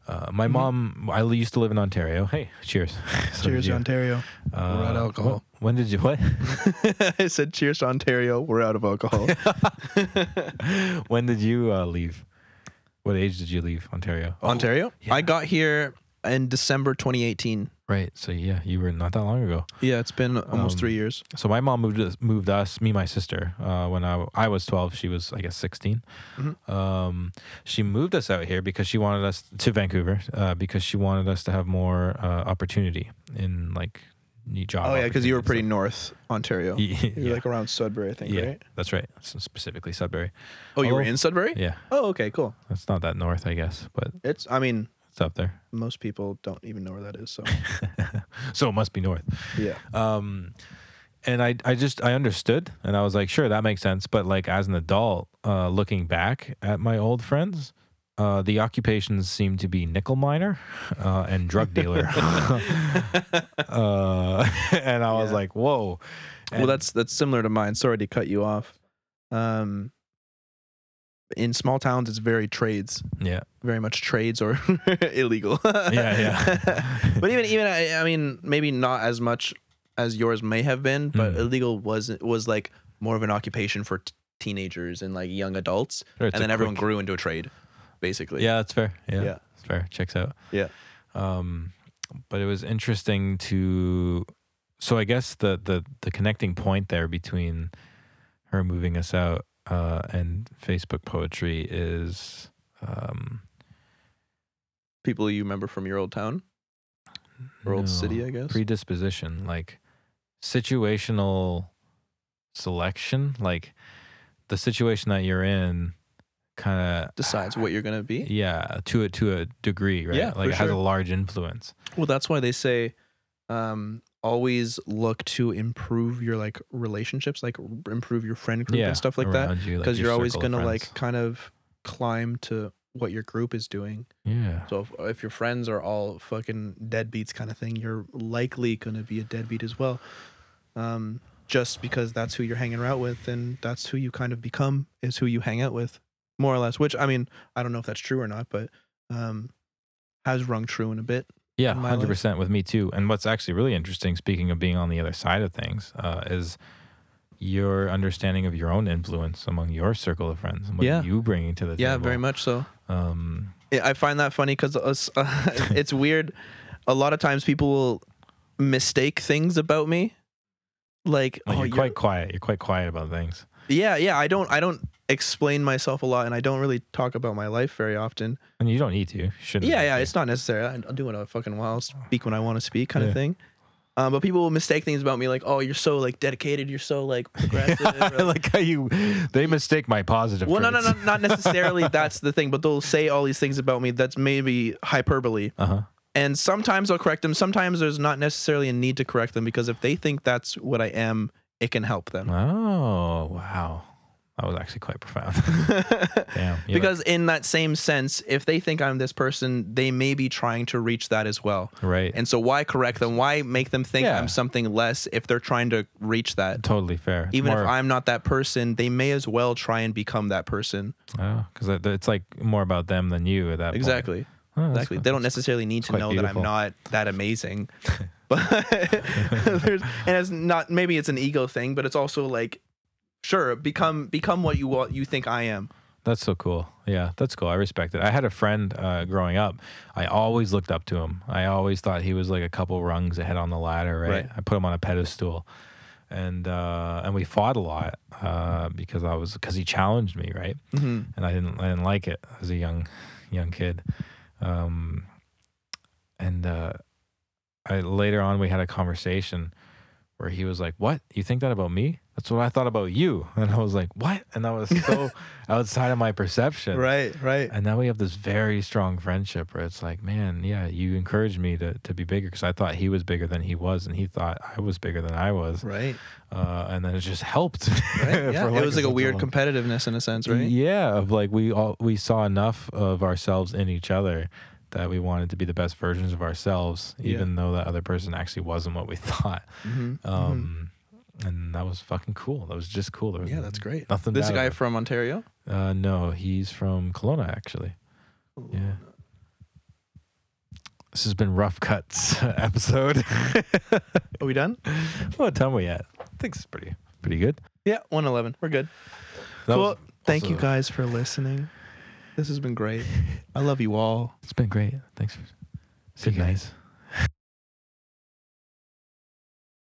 [SPEAKER 2] Uh, my
[SPEAKER 1] Mhm.
[SPEAKER 2] mom, I used to live in Ontario. Hey, cheers. So did
[SPEAKER 1] Cheers,
[SPEAKER 2] you. Uh,
[SPEAKER 1] Ontario. We're out of alcohol.
[SPEAKER 2] wh- When did you what?
[SPEAKER 1] I said cheers to Ontario. We're out of alcohol.
[SPEAKER 2] when did you uh, leave? What age did you leave Ontario? Oh,
[SPEAKER 1] Ontario?
[SPEAKER 2] yeah.
[SPEAKER 1] I got here in December 2018.
[SPEAKER 2] right. So yeah, you were not that long ago.
[SPEAKER 1] Yeah, it's been almost
[SPEAKER 2] Um,
[SPEAKER 1] three years.
[SPEAKER 2] So my mom moved us, moved us, me, and my sister. Uh, when I I was twelve, she was I guess 16
[SPEAKER 1] Mhm.
[SPEAKER 2] Um, she moved us out here because she wanted us to Vancouver uh, because she wanted us to have more uh, opportunity in like new job.
[SPEAKER 1] Oh yeah, because you were pretty
[SPEAKER 2] opportunities
[SPEAKER 1] north Ontario.
[SPEAKER 2] and stuff.
[SPEAKER 1] You're
[SPEAKER 2] yeah,
[SPEAKER 1] like around Sudbury, I think,
[SPEAKER 2] yeah,
[SPEAKER 1] right?
[SPEAKER 2] that's right. So specifically Sudbury.
[SPEAKER 1] Oh, you were
[SPEAKER 2] Oh.
[SPEAKER 1] in Sudbury?
[SPEAKER 2] Yeah,
[SPEAKER 1] Oh, okay, cool.
[SPEAKER 2] that's not that north, I guess, but
[SPEAKER 1] It's I mean,
[SPEAKER 2] it's up there.
[SPEAKER 1] most people don't even know where that is, so
[SPEAKER 2] So it must be north.
[SPEAKER 1] yeah.
[SPEAKER 2] um and I, I just i understood and i was like sure that makes sense but like as an adult uh looking back at my old friends uh the occupations seem to be nickel miner uh and drug dealer uh and i was
[SPEAKER 1] Yeah.
[SPEAKER 2] like whoa
[SPEAKER 1] Well,
[SPEAKER 2] And-
[SPEAKER 1] that's that's similar to mine. Sorry to cut you off. Um, in small towns, it's very trades,
[SPEAKER 2] yeah
[SPEAKER 1] very much trades or illegal.
[SPEAKER 2] yeah yeah
[SPEAKER 1] but even even I, I mean, maybe not as much as yours may have been, but
[SPEAKER 2] Mm.
[SPEAKER 1] illegal was was like more of an occupation for t- teenagers and like young adults,
[SPEAKER 2] Sure, it's
[SPEAKER 1] and
[SPEAKER 2] a
[SPEAKER 1] then everyone
[SPEAKER 2] quick-
[SPEAKER 1] grew into a trade, basically.
[SPEAKER 2] yeah that's fair yeah,
[SPEAKER 1] Yeah.
[SPEAKER 2] that's fair checks out
[SPEAKER 1] Yeah.
[SPEAKER 2] um but it was interesting to so i guess the the the connecting point there between her moving us out uh and facebook poetry is um
[SPEAKER 1] People you remember from your old town or old
[SPEAKER 2] no,
[SPEAKER 1] city, I guess.
[SPEAKER 2] predisposition like situational selection like the situation that you're in kind of
[SPEAKER 1] decides what you're gonna be.
[SPEAKER 2] yeah to a to a degree right
[SPEAKER 1] Yeah,
[SPEAKER 2] like
[SPEAKER 1] for
[SPEAKER 2] it has a
[SPEAKER 1] sure.
[SPEAKER 2] large influence
[SPEAKER 1] Well, that's why they say um, always look to improve your like relationships, like r- improve your friend group
[SPEAKER 2] yeah
[SPEAKER 1] and stuff like that,
[SPEAKER 2] around you, like
[SPEAKER 1] because
[SPEAKER 2] your
[SPEAKER 1] you're always
[SPEAKER 2] circle of
[SPEAKER 1] gonna
[SPEAKER 2] friends.
[SPEAKER 1] like kind of climb to what your group is doing.
[SPEAKER 2] yeah
[SPEAKER 1] So if, if your friends are all fucking deadbeats kind of thing, you're likely gonna be a deadbeat as well. Um, just because that's who you're hanging out with and that's who you kind of become is who you hang out with, more or less. Which I mean, I don't know if that's true or not, but um, has rung true in a bit.
[SPEAKER 2] Yeah,
[SPEAKER 1] in my life.
[SPEAKER 2] hundred percent with me too. And what's actually really interesting, speaking of being on the other side of things, uh, is your understanding of your own influence among your circle of friends and what
[SPEAKER 1] Yeah.
[SPEAKER 2] are you bringing to the
[SPEAKER 1] Yeah,
[SPEAKER 2] table.
[SPEAKER 1] very much so.
[SPEAKER 2] Um,
[SPEAKER 1] Yeah, I find that funny because uh, it's weird. A lot of times people will mistake things about me, like,
[SPEAKER 2] like
[SPEAKER 1] oh,
[SPEAKER 2] you're
[SPEAKER 1] you're-
[SPEAKER 2] quite quiet. You're quite quiet about things.
[SPEAKER 1] yeah, yeah. I don't, I don't explain myself a lot, and I don't really talk about my life very often.
[SPEAKER 2] And you don't need to. You Shouldn't.
[SPEAKER 1] Yeah,
[SPEAKER 2] need
[SPEAKER 1] yeah.
[SPEAKER 2] to.
[SPEAKER 1] It's not necessary. I- I'll do what I fucking want. I'll speak when I want to speak, kind
[SPEAKER 2] Yeah.
[SPEAKER 1] of thing. Um, but people will mistake things about me, like, oh, you're so like dedicated. You're so like progressive. or,
[SPEAKER 2] I like how you they mistake my positive.
[SPEAKER 1] Well, no, no,
[SPEAKER 2] traits.
[SPEAKER 1] no, not necessarily. that's the thing, but they'll say all these things about me. That's maybe hyperbole,
[SPEAKER 2] Uh-huh.
[SPEAKER 1] and sometimes I'll correct them. Sometimes there's not necessarily a need to correct them because if they think that's what I am, it can help them.
[SPEAKER 2] Oh, wow. That was actually quite profound. Damn. You're
[SPEAKER 1] because in that same sense, if they think I'm this person, they may be trying to reach that as well.
[SPEAKER 2] like, right.
[SPEAKER 1] And so, why correct them? Why make them think
[SPEAKER 2] Yeah.
[SPEAKER 1] I'm something less if they're trying to reach that?
[SPEAKER 2] totally fair. It's
[SPEAKER 1] Even
[SPEAKER 2] more-
[SPEAKER 1] if I'm not that person, they may as well try and become that person.
[SPEAKER 2] Oh, because it's like more about them than you at that point.
[SPEAKER 1] Exactly.
[SPEAKER 2] Oh, that's
[SPEAKER 1] exactly.
[SPEAKER 2] fun.
[SPEAKER 1] They don't necessarily need to
[SPEAKER 2] quite
[SPEAKER 1] know
[SPEAKER 2] beautiful.
[SPEAKER 1] that I'm not that amazing. but there's, and it's not maybe it's an ego thing, but it's also like sure, become become what you want you think I am.
[SPEAKER 2] That's so cool. Yeah, that's cool. I respect it. I had a friend uh, growing up. I always looked up to him. I always thought he was like a couple rungs ahead on the ladder. Right.
[SPEAKER 1] Right.
[SPEAKER 2] I put him on a pedestal, and uh, and we fought a lot uh, because I was because he challenged me. Right.
[SPEAKER 1] Mhm.
[SPEAKER 2] And I didn't I didn't like it as a young young kid. Um, and uh, I later on we had a conversation where he was like, "What? You think that about me? That's what I thought about you." And I was like, "What?" And that was so outside of my perception.
[SPEAKER 1] Right, right.
[SPEAKER 2] And now we have this very strong friendship where it's like, man, yeah, you encouraged me to, to be bigger because I thought he was bigger than he was, and he thought I was bigger than I was,
[SPEAKER 1] Right.
[SPEAKER 2] uh, and then it just helped.
[SPEAKER 1] Right. Yeah.
[SPEAKER 2] for,
[SPEAKER 1] it was like a
[SPEAKER 2] such
[SPEAKER 1] weird
[SPEAKER 2] long-
[SPEAKER 1] competitiveness in a sense, right?
[SPEAKER 2] Yeah, of like we all we saw enough of ourselves in each other that we wanted to be the best versions of ourselves,
[SPEAKER 1] Yeah.
[SPEAKER 2] even though that other person actually wasn't what we thought.
[SPEAKER 1] Mhm.
[SPEAKER 2] Um, and that was fucking cool. That was just cool. There was
[SPEAKER 1] Mm-hmm. Yeah, that's great.
[SPEAKER 2] Nothing.
[SPEAKER 1] This
[SPEAKER 2] bad
[SPEAKER 1] guy
[SPEAKER 2] about
[SPEAKER 1] from Ontario?
[SPEAKER 2] it. Uh, no, he's from Kelowna actually. Yeah. This has been rough cuts episode.
[SPEAKER 1] Are we done?
[SPEAKER 2] what time are we at? I think it's pretty pretty good.
[SPEAKER 1] Yeah, 111. We're good.
[SPEAKER 2] That
[SPEAKER 1] cool.
[SPEAKER 2] was-
[SPEAKER 1] Thank
[SPEAKER 2] also-
[SPEAKER 1] you guys for listening. This has been great. I love you all.
[SPEAKER 2] It's been great. Thanks for. See you guys.